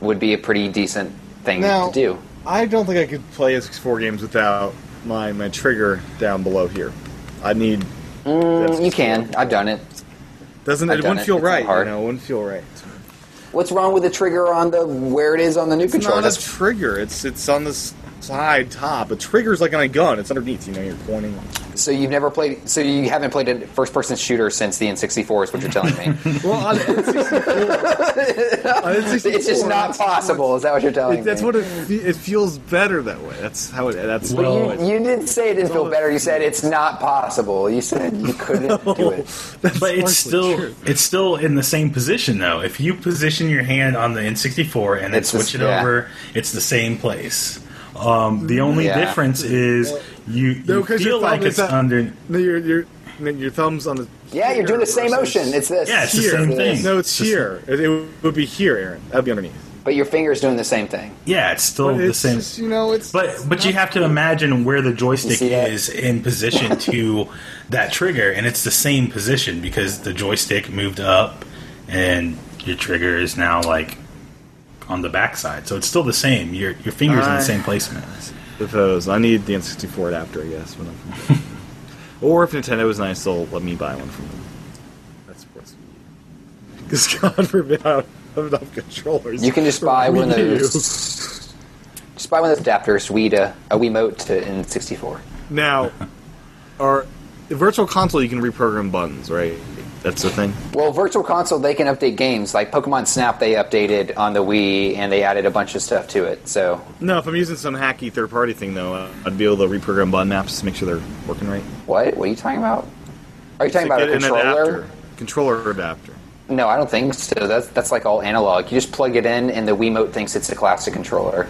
would be a pretty decent thing Now- to do. I don't think I could play N64 games without my, my trigger down below here. I need. mm, You can. I've done it. Doesn't I've it? done Wouldn't it. feel It's not right. You hard. know, it wouldn't feel right. What's wrong with the trigger on the where it is on the new It's controller? not a That's- trigger. It's it's on this side top. A trigger's like on a gun. It's underneath. You know, you're pointing. so you've never played. So you haven't played a first-person shooter since the N64 is what you're telling me. Well, on N64, on N64, it's just not possible. Is that what you're telling It, that's me? what it, fe- it feels better that way. That's how it. That's Well- how it- you didn't say it didn't feel better. You said it's not possible. You said you couldn't do it. that's but it's partially still true. it's still in the same position though. If you position your hand on the N64 and then It's the s- switch it yeah. over, it's the same place. Um, the only Yeah. difference is you, No, you 'cause your feel thumb like is it's up. under. No, your your no, your thumbs on the. Yeah, you're doing the same motion. It's this. Yeah, it's the Here. same thing. No, it's It's the here. It, it would be here, Aaron. That'd be underneath. But your finger's doing the same thing. Yeah, it's still But Oh, the it's same. just, you know, it's But but you have to imagine where the joystick see that? is in position to that trigger, and it's the same position because the joystick moved up, and your trigger is now like on the backside, so it's still the same. Your your fingers in I- the same placement. Suppose I need the N64 adapter, I guess. When I'm or if Nintendo is nice, they'll let me buy one from them. That's what's because God forbid I don't have enough controllers. You can just for buy one of Wii U. those. Just buy one of those adapters, Wii to a Wiimote to N64. Now, are the Virtual Console you can reprogram buttons, right? That's the thing. Well, Virtual Console, they can update games. Like Pokemon Snap, they updated on the Wii and they added a bunch of stuff to it. So, No, if I'm using some hacky third-party thing though, uh, I'd be able to reprogram button maps to make sure they're working right. what? What are you talking about? Are you talking Like, about a get an controller? adapter, controller adapter. No, I don't think so. That's, that's like all analog. You just plug it in and the Wiimote thinks it's a classic controller.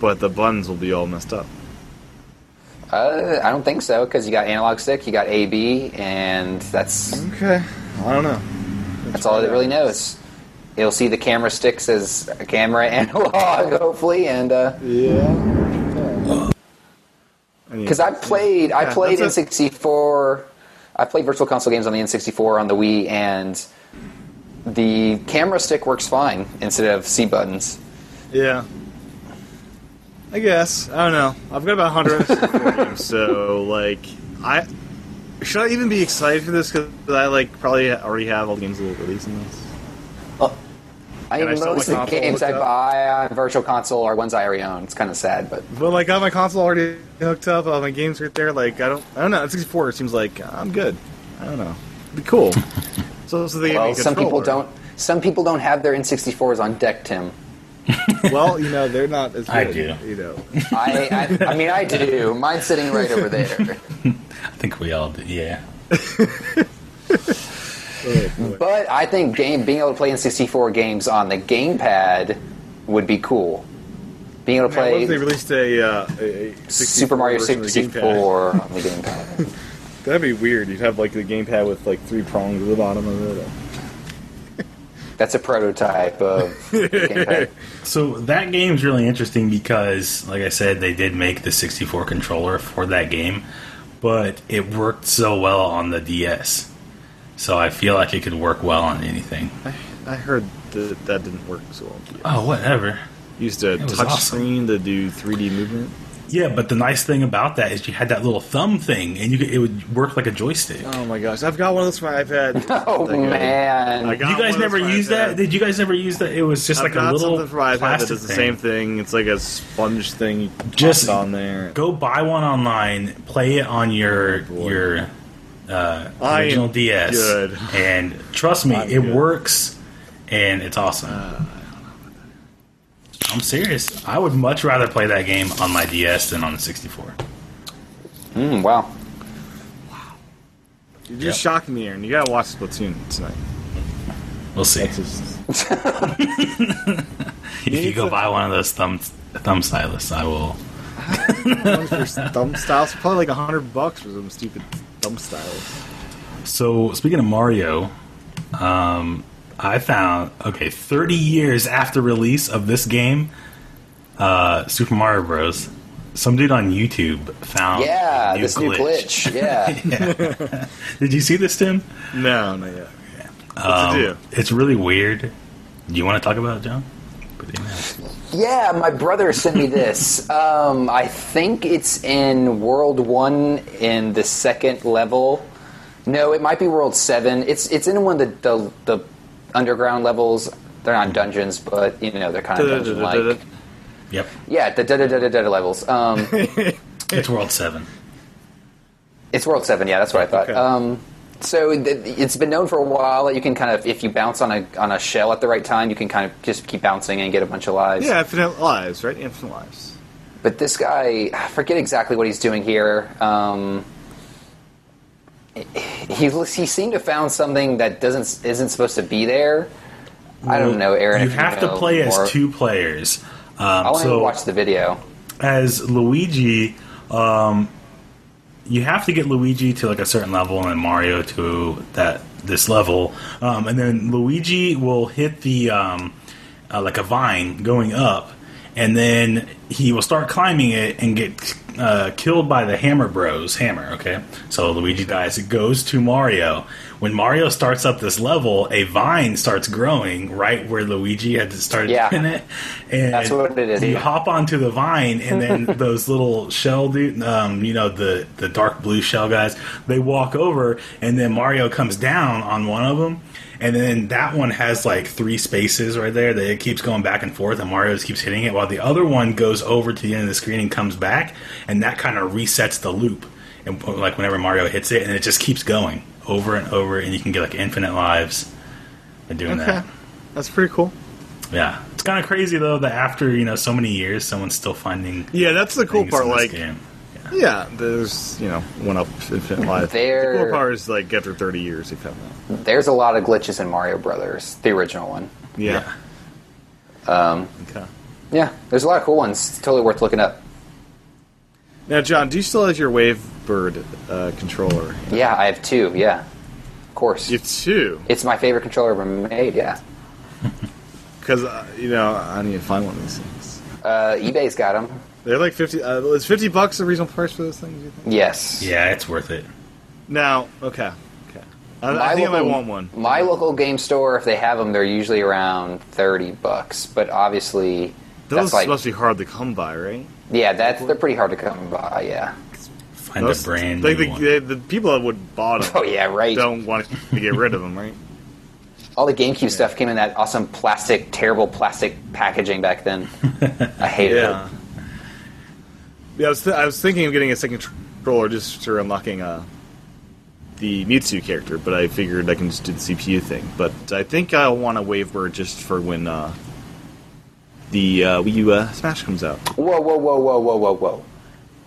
But the buttons will be all messed up. Uh, I don't think so because you got analog stick, you got AB, and that's Okay, I don't know. that's all it really knows. You'll see the camera sticks as a camera analog, hopefully, and uh, Yeah. Because I played, I Yeah, played that's it. N64. I played virtual console games on the N64 on the Wii, and the camera stick works fine instead of C buttons. Yeah. I guess. I don't know. I've got about 100 games, so, like, I. Should I even be excited for this? Because I, like, probably already have all the games that will release in this. I And I mean, still most like of the console games I lookup. buy on virtual console are ones I already own. It's kind of sad, but But, like, I got my console already hooked up, all my games right there. Like, I don't I don't know. At 64, it seems like uh, I'm good. I don't know. It'd be cool. so, so they gave me well, a some people controller. don't. Some people don't have their N64s on deck, Tim. Well, you know, they're not as good. I do. You know. I, I, I mean, I do. Mine's sitting right over there. I think we all do. Yeah. But I think game being able to play N64 games on the gamepad would be cool. Being able to What play if they released a, uh, a, a 64 Super Mario version of the 64 on the gamepad. gamepad? That'd be weird. You'd have like the gamepad with like three prongs at the bottom of it. That's a prototype of the gamepad. So that game's really interesting because, like I said, they did make the 64 controller for that game, but it worked so well on the DS. So I feel like it could work well on anything. I heard that that didn't work so well. Oh, whatever. Used a was touch awesome. screen to do 3D movement. Yeah, but the nice thing about that is you had that little thumb thing, and you could, it would work like a joystick. Oh my gosh, I've got one of those for my iPad. Oh Like, uh, I man, got you one guys of those never for my used that? iPad. Did you guys never use that? It was just I've like got a little something for my iPad that plastic does the thing. same thing. It's like a sponge thing. You toss Just- on there. Go buy one online, play it on your Oh, boy. your uh, I am original DS, good. and trust me, I'm it good. Uh, works, and it's awesome. I'm serious. I would much rather play that game on my Hmm, DS than on the 64. Mm, wow. You're just shocking me, Aaron. You gotta watch Splatoon tonight. We'll see. It's just- if you go buy one of those thumb thumb stylus, I will. thumb styles probably like a hundred bucks for some stupid thumb styles. So speaking of Mario, um, I found okay, 30 years after release of this game, uh, Super Mario Bros. Some dude on YouTube found yeah, a this new glitch. Yeah, Did you see this, Tim? Um, No, not yet. What's it do? It's really weird. Do you want to talk about it, John? Put it in there. yeah. My brother sent me this. Um, I think it's in World One in the second level. No, it might be World Seven. It's it's in one of the the, the underground levels. They're not dungeons, but you know they're kind of dungeon like. Yep, Yeah, the da da da da da levels. Um, it's World Seven. It's World Seven, yeah, that's what I thought. Okay. Um, so th- it's been known for a while that you can kind of, if you bounce on a on a shell at the right time, you can kind of just keep bouncing and get a bunch of lives. Yeah, infinite lives, right? Infinite lives. But this guy, I forget exactly what he's doing here. Um, he looks- he seemed to found something that doesn't isn't supposed to be there. I don't know, Aaron. You if have to know play more. as two players. I Um, want so to watch the video. as Luigi, um, you have to get Luigi to like a certain level, and then Mario to that this level, um, and then Luigi will hit the um, uh, like a vine going up, and then he will start climbing it and get uh, killed by the Hammer Bros. Hammer. Okay, so Luigi dies. It goes to Mario. When Mario starts up this level, a vine starts growing right where Luigi had started Yeah. in it, and That's what it is, You yeah. hop onto the vine, and then those little shell dude, um, you know the the dark blue shell guys, they walk over, and then Mario comes down on one of them, and then that one has like three spaces right there that it keeps going back and forth, and Mario just keeps hitting it, while the other one goes over to the end of the screen and comes back, and that kind of resets the loop, and like whenever Mario hits it, and it just keeps going over and over, and you can get like infinite lives by doing that. That's pretty cool. Yeah, it's kind of crazy though that after you know so many years, someone's still finding Yeah, that's the cool things part. in this Like, game. yeah, there's you know one up infinite life. There- The cool part is like after 30 years they found that. There's a lot of glitches in Mario Brothers, the original one. Yeah. Um, okay. Yeah, there's a lot of cool ones. It's totally worth looking up. Now, John, do you still have your Wavebird uh, controller? Yeah, I have two. Yeah, of course. You have two, It's my favorite controller ever made. Yeah, because uh, you know I need to find one of these things. uh, eBay's got them. They're like 50. Uh, is 50 bucks a reasonable price for those things? You think? Yes. yeah, it's worth it. Now, okay, okay. I, I think I might want one. My local game store, if they have them, they're usually around thirty bucks. But obviously, Those that's like must be hard to come by, right? yeah, that's they're pretty hard to come by. Yeah. Find Those- a brand like new the, one. the, the people that would bought them. Oh yeah, right. Don't want to get rid of them, right? All the GameCube stuff came in that awesome plastic, terrible plastic packaging back then. I hated Yeah. Yeah, I was, th- I was thinking of getting a second controller just for unlocking uh, the Mitsu character, but I figured I can just do the CPU thing. But I think I want a Wavebird just for when uh, the uh, Wii U uh, Smash comes out. it. Whoa, whoa, whoa, whoa, whoa, whoa, whoa.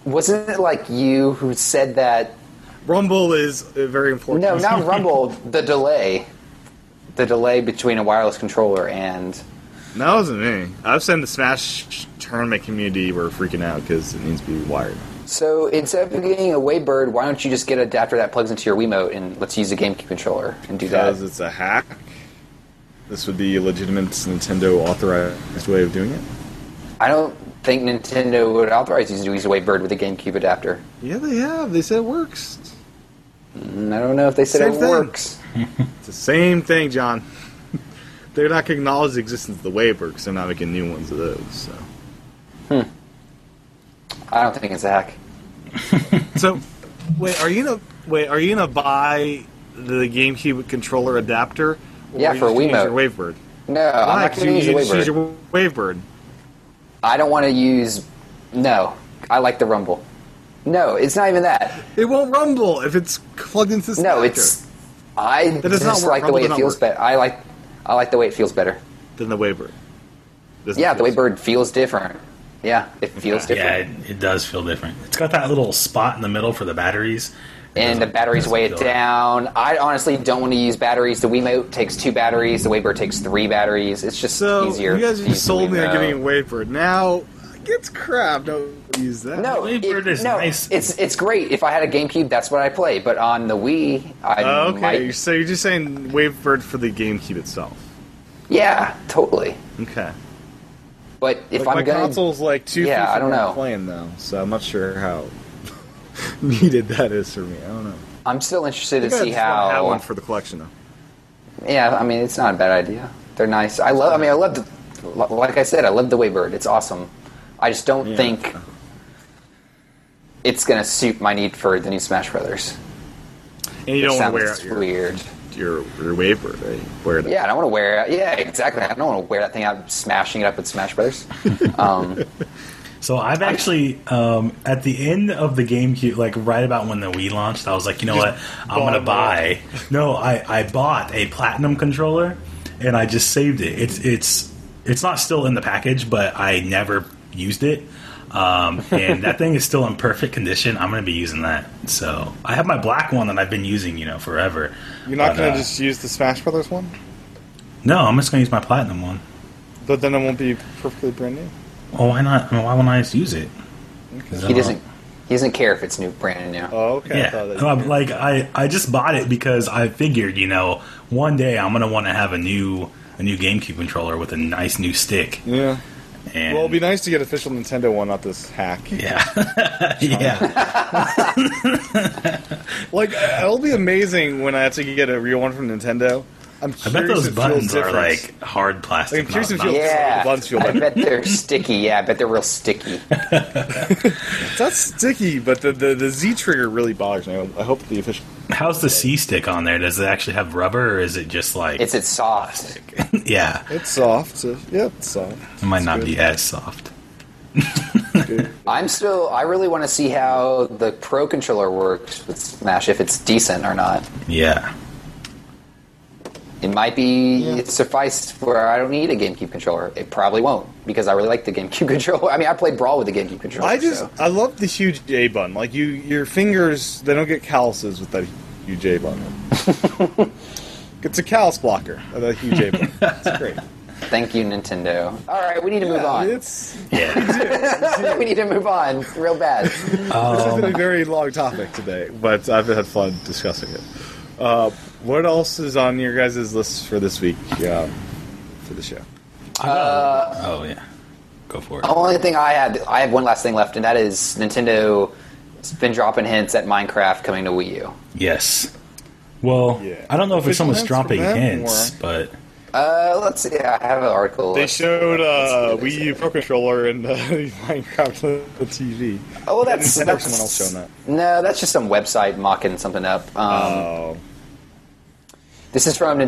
Wasn't it like you who said that? Rumble is uh, very important. No, not Rumble. The delay, the delay between a wireless controller and that wasn't me. I was in the Smash tournament community were freaking out because it needs to be wired. So instead of getting a Waybird, why don't you just get an adapter that plugs into your Wiimote and let's use a GameCube controller and do that? Because it's a hack. This would be a legitimate Nintendo authorized way of doing it. I don't think Nintendo would authorize you to use a Waybird with a GameCube adapter. Yeah, they have. They said it works. And I don't know if they said Same it thing. works. It's the same thing, John. they're not gonna acknowledge the existence of the waiver because they're not making new ones of those. So, I don't think it's a hack. so wait, are you gonna wait? Are you gonna buy the GameCube controller adapter? Or Yeah, are you for just gonna a Wiimote. Use your Wavebird. No, I'm Why? not 'Cause going to use a you, you just Waybird. use your Wavebird. I don't want to use. No, I like the Rumble. No, it's not even that. It won't rumble if it's plugged into. the No, adapter. it's. I does not just work. like the Rumble way does it not feels work. better. I like, I like the way it feels better. than the Wavebird. Doesn't Yeah, the feel- Waybird feels different. Yeah, it feels Yeah, different. it, it does feel different. It's got that little spot in the middle for the batteries. and the batteries weigh it down. I honestly don't want to use batteries. The Wiimote takes two batteries. The Waybird takes three batteries. It's just So easier. you guys to just use the sold me on Wiimote. giving it Waybird. Now it's crap. Don't use that. No, The Waybird it, is no, nice. It's it's great. If I had a GameCube, that's what I play. But on the Wii, I Oh, okay, might. so you're just saying Waybird for the GameCube itself. Yeah, totally. Okay. But if Like, my I'm gonna, console's like two Yeah, feet I from don't where I'm know. playing though, so I'm not sure how needed that is for me. I don't know. I'm still interested to I see just wanna how. have one for the collection though. yeah, I mean, it's not a bad idea. They're nice. I love. I mean, I love the. Like I said, I love the Waybird. It's awesome. I just don't Yeah. think it's gonna suit my need for the new Smash Brothers. And you It don't want sounds to wear out your, weird. your your Waybird, right? Wear it. out. Yeah, I don't want to wear. It. Yeah, exactly. I don't want to wear that thing out, smashing it up with Smash Brothers. Um, Uh-huh. So I've actually um, at the end of the GameCube, like right about when the Wii launched, I was like, you know what, I'm gonna buy. No, I, I bought a platinum controller, and I just saved it. It's it's it's not still in the package, but I never used it. Um, and that thing is still in perfect condition. I'm gonna be using that. So I have my black one that I've been using, you know, forever. You're not But, gonna uh, just use the Smash Brothers one, no. I'm just gonna use my platinum one. but then it won't be perfectly brand new. Oh, why not? I mean, why wouldn't I just use it? he doesn't. He doesn't care if it's new, brand new. Oh, okay. I Yeah, thought that you Um, did. like I, I just bought it because I figured, you know, one day I'm gonna want to have a new a new GameCube controller with a nice new stick. yeah. And Well, it'd be nice to get official Nintendo one, not this hack. yeah, yeah, Like, it'll be amazing when I actually get a real one from Nintendo. I'm I bet those buttons are different. like hard plastic. Like, I'm curious not- if you'll- not- The yeah, buns feel I better. bet they're sticky. Yeah, I bet they're real sticky. It's not sticky, but the, the, the Z trigger really bothers me. I hope the official. How's the C stick on there? Does it actually have rubber, or is it just like? It's it's soft. yeah, It's soft. So, yeah, it's soft. it might not be as soft. I'm still. I really want to see how the Pro controller works with Smash. If it's decent or not. Yeah, It might be it sufficed where I don't need a GameCube controller. It probably won't because I really like the GameCube controller. I mean, I played Brawl with the GameCube controller. I just so- I love the huge J button. Like you, your fingers they don't get calluses with that huge J button. it's a callus blocker. of That huge J button. It's great. thank you, Nintendo. All right, we need to move on. It's, yeah. we need to move on real bad. This has Um, been a very long topic today, but I've had fun discussing it. Uh, what else is on your guys' list for this week uh, for the show? oh yeah, go for it. The only thing I had, I have one last thing left, and that is Nintendo has been dropping hints at Minecraft coming to Wii U. Yes. Well, Yeah. I don't know if it's Official someone's hints dropping from them, hints, or- but Uh, let's see. I have an article. They Let's- showed uh, let's see what they Wii U Pro Controller and uh, Minecraft on the TV. said. Oh, that's, Nintendo or that's someone else showing that. No, that's just some website mocking something up. Um, Oh, This is from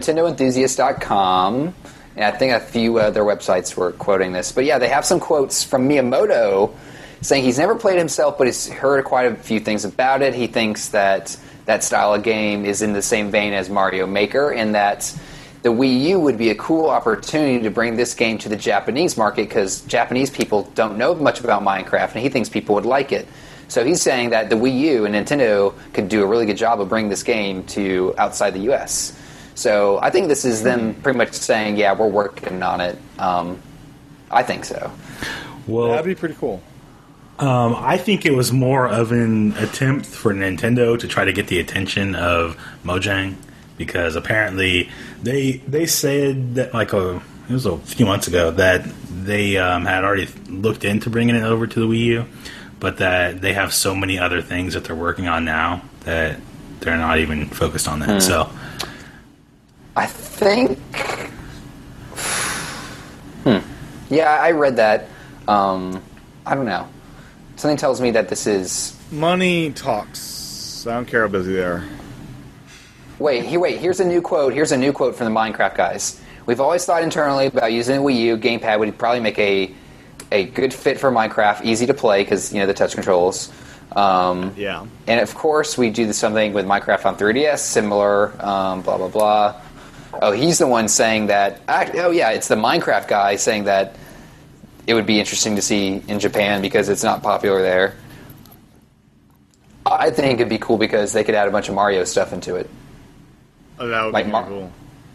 NintendoEnthusiast.com, and I think a few other websites were quoting this. But yeah, they have some quotes from Miyamoto saying he's never played himself, but he's heard quite a few things about it. He thinks that that style of game is in the same vein as Mario Maker, and that the Wii U would be a cool opportunity to bring this game to the Japanese market because Japanese people don't know much about Minecraft, and he thinks people would like it. So he's saying that the Wii U and Nintendo could do a really good job of bringing this game to outside the U.S. So I think this is them pretty much saying, yeah, we're working on it. Um, I think so. well, that'd be pretty cool. Um, I think it was more of an attempt for Nintendo to try to get the attention of Mojang because apparently they they said that like a it was a few months ago that they um, had already looked into bringing it over to the Wii U, but that they have so many other things that they're working on now that they're not even focused on that. Hmm. So I think. Hmm. Yeah, I read that. Um, I don't know. Something tells me that this is. Money talks. I don't care how busy they are. Wait, he, wait. Here's a new quote. Here's a new quote from the Minecraft guys. We've always thought internally about using a Wii U gamepad would probably make a a good fit for Minecraft, easy to play because you know the touch controls. Um, Yeah. And of course, we do the something with Minecraft on 3DS, similar, um, blah blah blah. Oh, he's the one saying that. act- Oh, yeah, it's the Minecraft guy saying that it would be interesting to see in Japan because it's not popular there. I think it'd be cool because they could add a bunch of Mario stuff into it, Oh, that would Like be Mar- cool.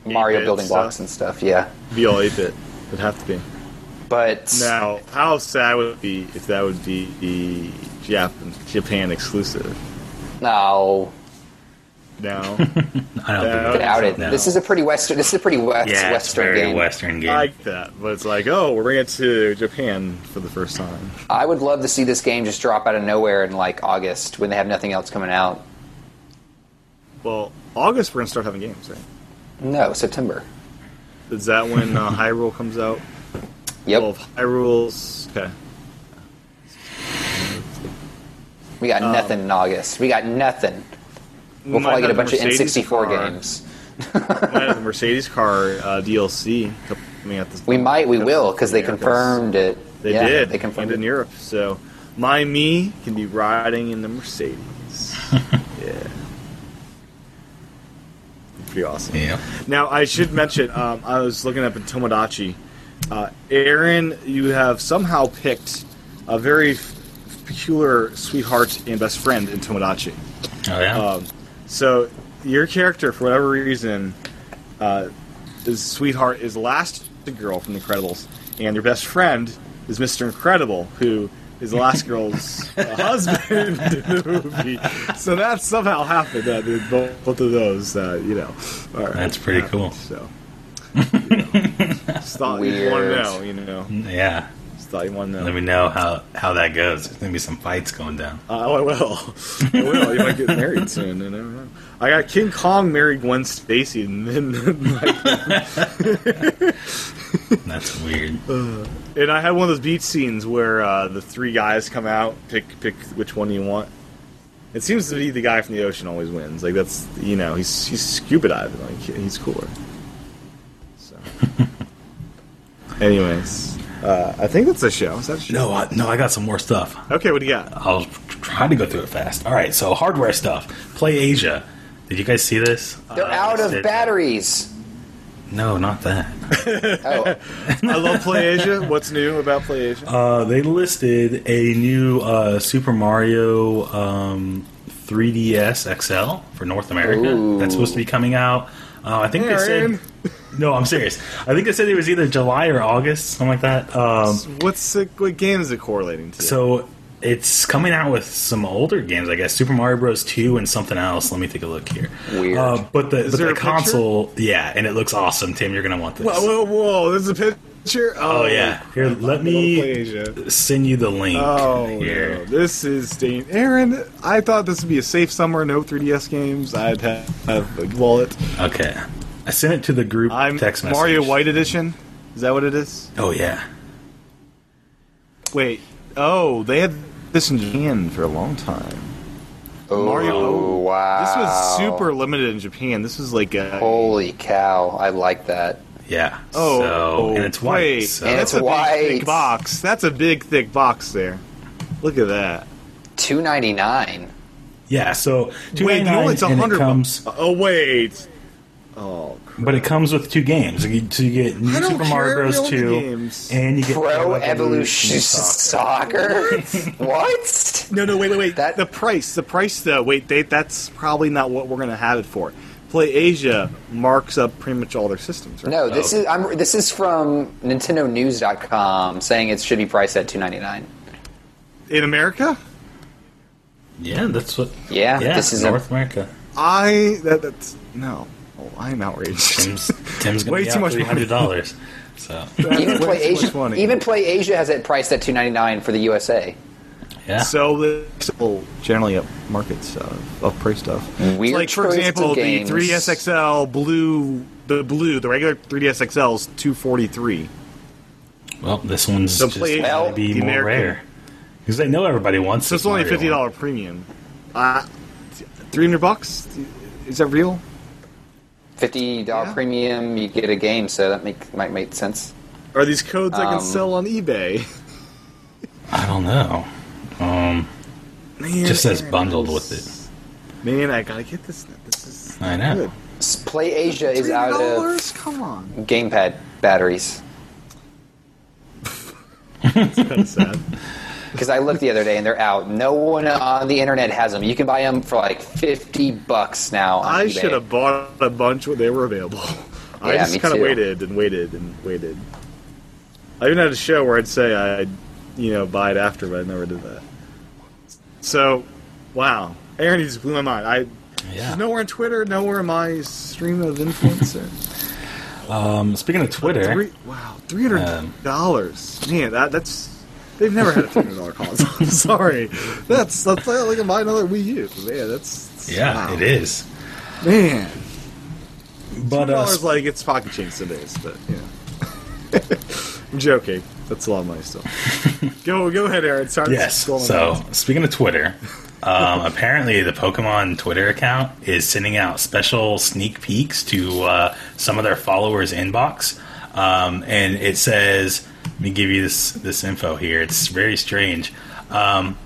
Mario 8-bit building stuff. blocks and stuff. Yeah, Be all eight bit. It'd have to be. but Now, how sad would it be if that would be the Jap- Japan exclusive? no, No, I don't Yeah. think doubt it. No. This is a pretty western. This is a pretty west, yeah, it's western very game. Western game. I like that, but it's like, oh, we're bringing it to Japan for the first time. I would love to see this game just drop out of nowhere in like August when they have nothing else coming out. Well, August we're gonna start having games, right? No, September. Is that when uh, Hyrule comes out? Yep, Well, if Hyrule's okay. we um, got nothing in August. We got nothing. We'll probably get a bunch of N64 games. might have the Mercedes car uh, DLC coming out this. We might, we will, because they Americas. confirmed it. They Yeah, did. They confirmed and in it. Europe. So my me can be riding in the Mercedes. yeah. Pretty awesome. yeah. Now I should mention um, I was looking up in Tomodachi. Uh, Aaron, you have somehow picked a very f- peculiar sweetheart and best friend in Tomodachi. Oh yeah. Um, so your character, for whatever reason, uh, is sweetheart is last girl from The Incredibles, and your best friend is Mr. Incredible, who is the last girl's uh, husband in the movie. So that somehow happened. Uh, the- both, both of those, uh, you know. are- That's pretty happened, cool. So. you know. Just thought you want to Weird. know, you know. yeah. Just thought you want to know. Let me know how how that goes. There's gonna be some fights going down. Uh, oh, I will. I will. You might get married soon. You never know. I got King Kong married Gwen Stacy, and then like, That's weird. and I had one of those beach scenes where uh, the three guys come out, pick pick which one you want. It seems to be the guy from the ocean always wins. Like that's you know he's he's scuba diving. Like he's cooler. So, anyways, uh, I think that's a show. Is that a show? No, I, no, I got some more stuff. Okay, what do you got? I'll try to go through it fast. All right, so hardware stuff. Play Asia. Did you guys see this? They're Uh, out of it- batteries. No, not that. Oh, I love PlayAsia. What's new about PlayAsia? Uh, they listed a new uh, Super Mario um, 3DS XL for North America. That's supposed to be coming out. Uh, I think Aaron. they said. No, I'm serious. I think they said it was either July or August, something like that. Um, What's it, what game is it correlating to? So it's coming out with some older games, I guess. Super Mario Bros. Two and something else. Let me take a look here. Weird. Uh, but the, but there a picture? the console, yeah, and it looks awesome. Tim, you're gonna want this. Whoa, whoa, whoa! There's a picture. Oh yeah, here. Let me Asia. send you the link. Oh here. no. this is Dane. Aaron, I thought this would be a safe summer. No 3DS games. I'd have, have a wallet. Okay, I sent it to the group I'm text message. Mario White Edition. Is that what it is? Oh yeah, Wait. Oh, they had this in Japan for a long time. oh, Mario- wow. Oh. This was super limited in Japan. This was like a. Holy cow. I like that. yeah. Oh, so, and it's white. wait. So And that's it's a big thick white. box. That's a big thick box there. Look at that. 299 yeah, so Wait, no, it's a and it hundred. comes, bu- Oh wait, but it comes with two games. So you, so you get New I don't Super Mario care, we Bros. own the Two, games. and you get Pro Evolution Soccer. what? No, no, wait, wait, wait. That- the price, the price, though. Wait, they, that's probably not what we're going to have it for. Play Asia marks up pretty much all their systems, right? No, this Oh. is I'm this is from nintendonews.com saying it should be priced at 299. In America, Yeah, that's what. Yeah, this is a- North America. I that, that's no. Oh, I'm outraged. Tim's Tim's gonna Way be too much three hundred dollars. So Even That's way play too much Asia money. even play Asia has it priced at 299 for the USA. yeah, So the people generally up market stuff, up price stuff. Weird like for Mm. choice of example, the games. 3ds XL blue, the blue, the regular 3ds XL is 243. well, this one's So just play gonna be the more American. rare because they know everybody wants. So it's only a Mario fifty dollar premium. Uh, three hundred bucks? Is that real? $50 Yeah. premium you get a game, so that make, might make sense. Are these codes I can Um, sell on eBay? one. I don't know. Um, Man, Just says Aaron, bundled this- with it. Man, I gotta get this. now. This is I know. good. S- Play Asia is out $3? of Come on. gamepad batteries. kind of sad. because I looked the other day and they're out. No one on the internet has them. You can buy them for like fifty bucks now. On I eBay. should have bought a bunch when they were available. I Yeah, just me kind of too. waited and waited and waited. I even had a show where I'd say I'd, you know, buy it after, but I never did that. So, wow, Aaron just blew my mind. I Yeah. she's nowhere on Twitter, nowhere in my stream of influencer. Um, speaking of Twitter, Three, wow, three hundred Um, dollars, man. That, that's they've never had a three hundred dollar console. I'm sorry, that's that's uh, like I can buy another Wii U, man. That's yeah, wow. it is. man. But uh, dollars like it's pocket change today's, but yeah. I'm joking. That's a lot of money still. go go ahead, Aaron. Sorry, yes. scrolling So down. speaking of Twitter, um, apparently the Pokemon Twitter account is sending out special sneak peeks to uh, some of their followers' inbox, um, and it says, "Let me give you this this info here. It's very strange." Um,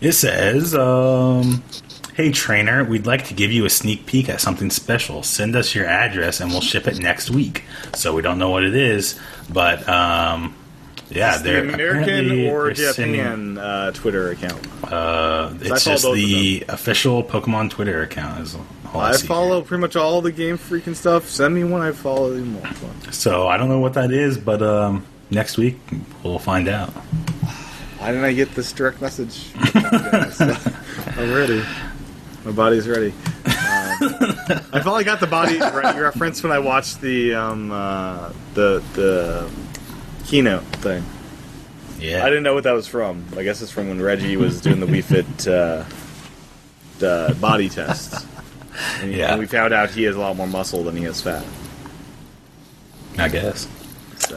it says, um, "Hey trainer, we'd like to give you a sneak peek at something special. Send us your address, and we'll ship it next week." So we don't know what it is, but um, yeah, It's they're the American apparently or they're sending- Japan uh, Twitter account. uh, it's follow just both of the official Pokemon Twitter account. Is all I, I see here. follow pretty much all the game freaking stuff. Send me one, I follow you more. So I don't know what that is, but um, next week we'll find out. Why didn't I get this direct message? Oh, I'm ready. My body's ready. Um, I finally got the body re- reference when I watched the um, uh, the the keynote thing. Yeah, I didn't know what that was from. I guess it's from when Reggie was doing the We Fit uh, the body test. And, Yeah. and we found out he has a lot more muscle than he has fat. I guess.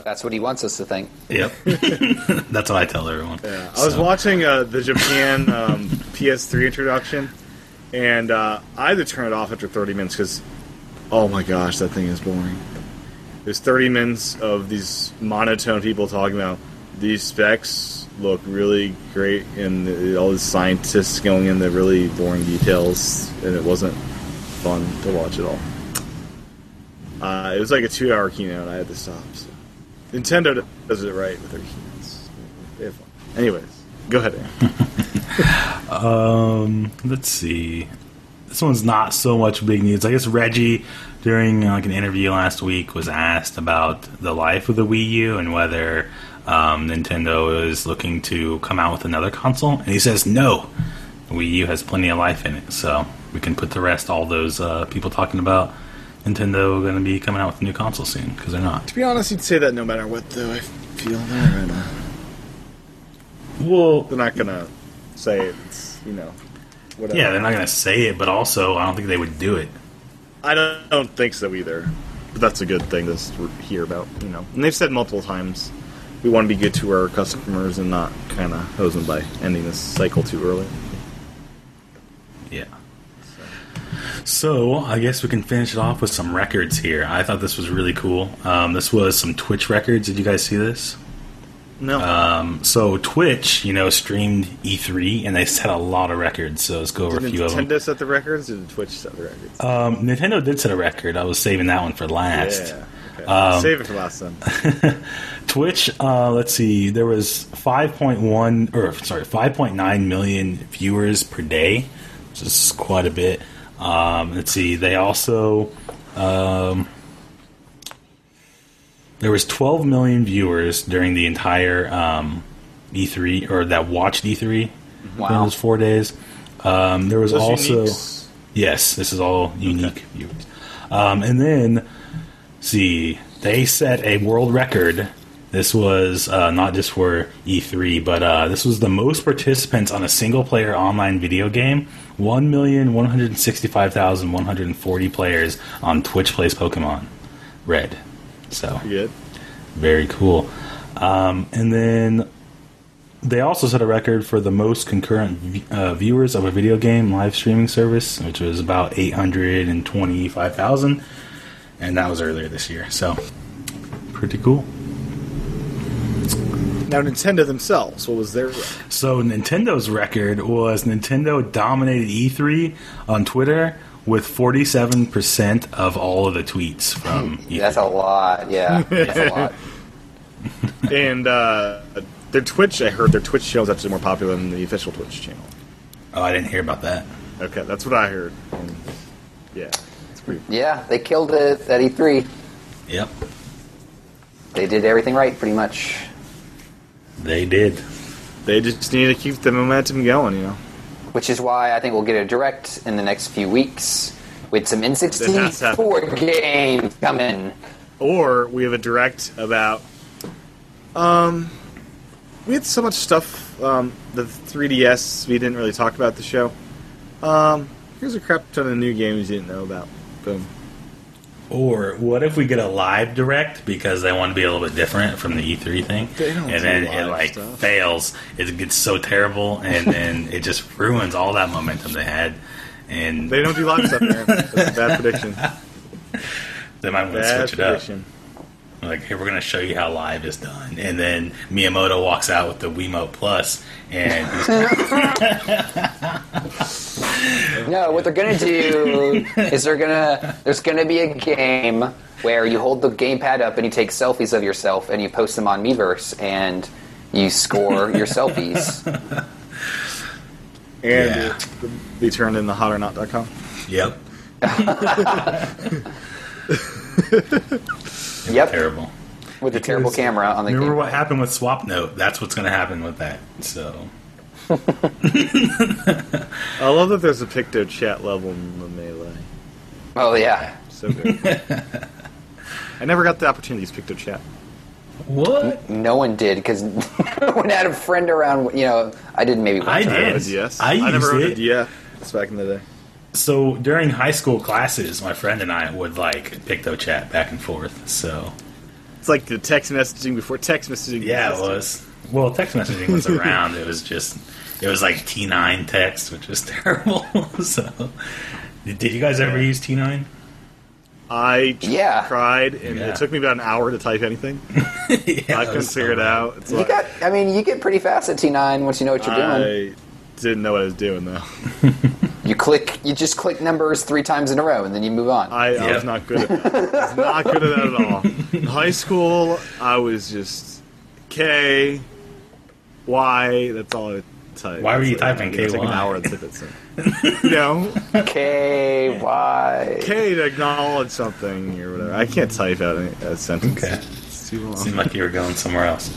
That's what he wants us to think. Yep, that's what I tell everyone. Yeah, I was So- watching uh, the Japan um, PS3 introduction, and uh, I had to turn it off after 30 minutes because, oh my gosh, that thing is boring. There's 30 minutes of these monotone people talking about these specs look really great, and uh, all these scientists going into really boring details, and it wasn't fun to watch at all. Uh, it was like a two-hour keynote. I had to stop. So. Nintendo does it right with their keynotes. They have fun. Anyways, go ahead. Aaron. Um, let's see. This one's not so much big news. I guess Reggie, during uh, like an interview last week, was asked about the life of the Wii U and whether um, Nintendo is looking to come out with another console, and he says no. The Wii U has plenty of life in it, so we can put the rest. All those uh, people talking about Nintendo going to be coming out with a new console soon because they're not. To be honest, you'd say that no matter what, though. I feel that right now. Well, They're not gonna say it's you know whatever. yeah, they're not going to say it, but also I don't think they would do it. I don't, don't think so either. But that's a good thing to s- hear about. You know, and they've said multiple times we want to be good to our customers and not kind of hose them by ending this cycle too early. Yeah. So I guess we can finish it off with some records here. I thought this was really cool. Um, this was some Twitch records. Did you guys see this? No, Um, so Twitch, you know, streamed E3 and they set a lot of records. So let's go over did a few of them. Nintendo set the records. Did Twitch set the records? Um, Nintendo did set a record. I was saving that one for last. yeah. Okay. um, Save it for last time. Twitch, uh, let's see, there was 5.1 or sorry, 5.9 million viewers per day, which is quite a bit. Um, let's see, they also um, there was 12 million viewers during the entire um, E3 or that watched E3 during Wow. those four days. Um, there was Those also uniques. Yes, this is all unique viewers. Um, and then, see, they set a world record. This was uh, not just for E3, but uh, this was the most participants on a single player online video game. 1,165,140 players on Twitch Plays Pokemon Red. So, Good. very cool. Um, and then they also set a record for the most concurrent v- uh, viewers of a video game live streaming service, which was about 825,000. And that was earlier this year. So, pretty cool. Now Nintendo themselves, what was their record? So, Nintendo's record was Nintendo dominated E3 on Twitter with 47% of all of the tweets from E E3. That's a lot. Yeah, that's a lot. and uh, Their Twitch, I heard their Twitch channel is actually more popular than the official Twitch channel. Oh, I didn't hear about that. Okay, that's what I heard. Um, yeah, it's pretty. Yeah, they killed it at E3. Yep, They did everything right, pretty much. they did. They just need to keep the momentum going, you know. Which is why I think we'll get a direct in the next few weeks with some That's N64 games coming. Or we have a direct about. Um, we had so much stuff. Um, the 3DS we didn't really talk about the show. Um, here's a crap ton of new games you didn't know about. Boom. Or what if we get a live direct because they want to be a little bit different from the E3 thing, They don't do and then it live like stuff. fails. It gets so terrible, and then it just ruins all that momentum they had. And They don't do live stuff, man. That's a bad prediction. they might want to Bad switch it up. prediction. Like, hey, we're gonna show you how live is done, and then Miyamoto walks out with the Wiimote Plus, and he's- No, what they're gonna do is they're gonna there's gonna be a game where you hold the gamepad up and you take selfies of yourself and you post them on Meverse and you score your selfies. And Yeah. they- they turned in the hotornot.com. yep, Yep, terrible. with a terrible Because- camera on the Remember game. what happened with Swap Note? That's what's gonna happen with that. So I love that there's a picto chat level in the melee. Oh yeah, So good. I never got the opportunity to use picto chat. what? no one did because no one had a friend around. You know, I did maybe. One I time. I did. owned a DS. I used never owned it. a DS back in the day. So during high school classes, my friend and I would like picto chat back and forth. So It's like the text messaging before text messaging. yeah, it existed. was. Well, text messaging was around. it was just it was like T nine text, which was terrible. so did you guys ever use T nine? I tr- Yeah. tried, and Yeah. it took me about an hour to type anything. I couldn't figure it out. It's You like, got. I mean, you get pretty fast at T9 once you know what you're I doing. didn't know what I was doing though. You click. You just click numbers three times in a row and then you move on. I, I Yeah. was not good at that. I was not good at that at all. In high school, I was just K, Y. That's all I typed. Why were you It's like, typing It took me an KY? hour to type it. So. you know, K Y. K to acknowledge something or whatever. I can't type out any, a sentence. Okay. It's too long. Seemed like you were going somewhere else.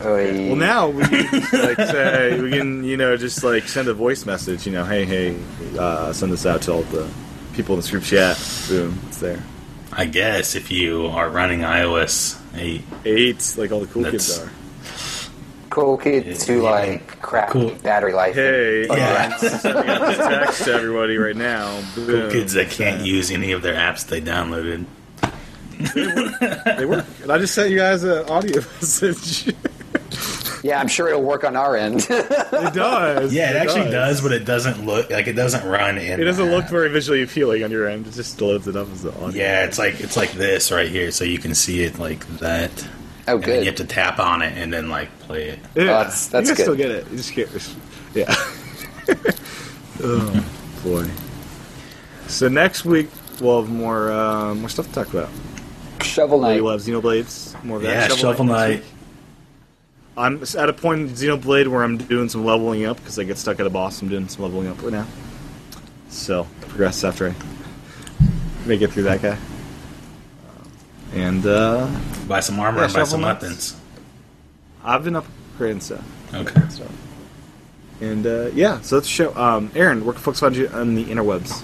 Well, now we can just, like say we can you know just like send a voice message. You know, hey hey, uh, send this out to all the people in the group chat. Boom, it's there. I guess if you are running iOS eight, Eight, like all the cool kids That's- are. cool kids who Yeah. like crap Cool. battery life. Hey, Yeah. I'm sending out this text to everybody right now. Boom. kids that can't use any of their apps they downloaded. They work. And I just sent you guys an audio message. it Yeah, I'm sure it'll work on our end. Oh, does. Yeah, it actually does, but it doesn't look like it doesn't run in. It doesn't the look app. very visually appealing on your end. It just loads it up as the audio. Yeah, it's like it's like this right here, so you can see it like that. oh, And then you good. have to tap on it and then like play it. Yeah, Oh, that's- that's you guys still good. get it. You just get, yeah. oh boy. So next week we'll have more uh, more stuff to talk about. Shovel Knight. We'll have Xenoblades, more of yeah, that. Shovel Knight. I'm s- at a point in Xenoblade where I'm doing some leveling up because I get stuck at a boss. I'm doing some leveling up right now. So progress after I make it through that guy. And uh, Buy some armor Yeah, and buy Shovel some Knight. weapons. I've been upgrading stuff. Okay. So. And uh, yeah, so that's the show. Um, Aaron, where can folks find you on the interwebs?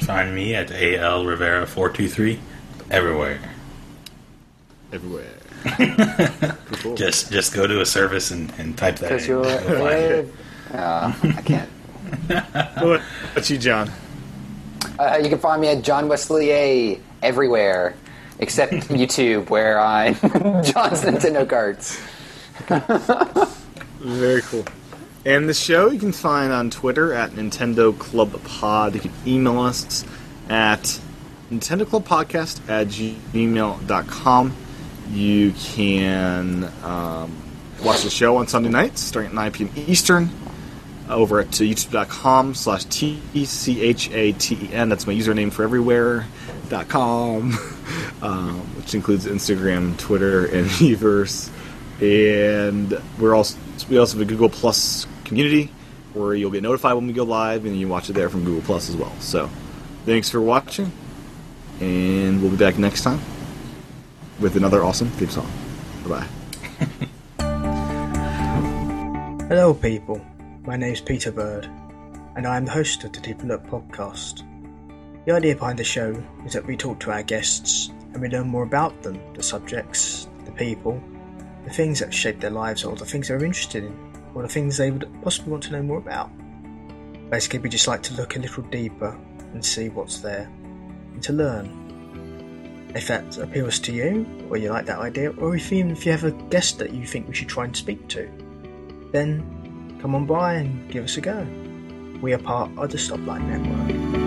Find me at AL Rivera four two three everywhere. Everywhere. Just just go to a service and, and type that in. Because you're You'll find it. a- Uh, I can't. What about you, John? Uh, you can find me at John Wesley A everywhere, except YouTube, where I'm John's Nintendo cards. Very cool. And the show you can find on Twitter at Nintendo Club Pod. You can email us at Nintendo Club Podcast at gmail.com. You can um, watch the show on Sunday nights starting at 9 p.m. Eastern over E at youtube.com slash T-E-C-H-A-T-E-N. That's my username for everywhere. com, um, which includes Instagram, Twitter, and Meverse. And we're also we also have a Google Plus community where you'll get notified when we go live, and you can watch it there from Google Plus as well. So, thanks for watching, and we'll be back next time with another awesome theme song. Bye bye. Hello, people. My name's Peter Bird, and I am the host of the Deep Look podcast. The idea behind the show is that we talk to our guests and we learn more about them, the subjects, the people, the things that shape their lives, or the things they're interested in, or the things they would possibly want to know more about. Basically, we just like to look a little deeper and see what's there and to learn. If that appeals to you, or you like that idea, or if even if you have a guest that you think we should try and speak to, then come on by and give us a go. We are part of the Stoplight Network.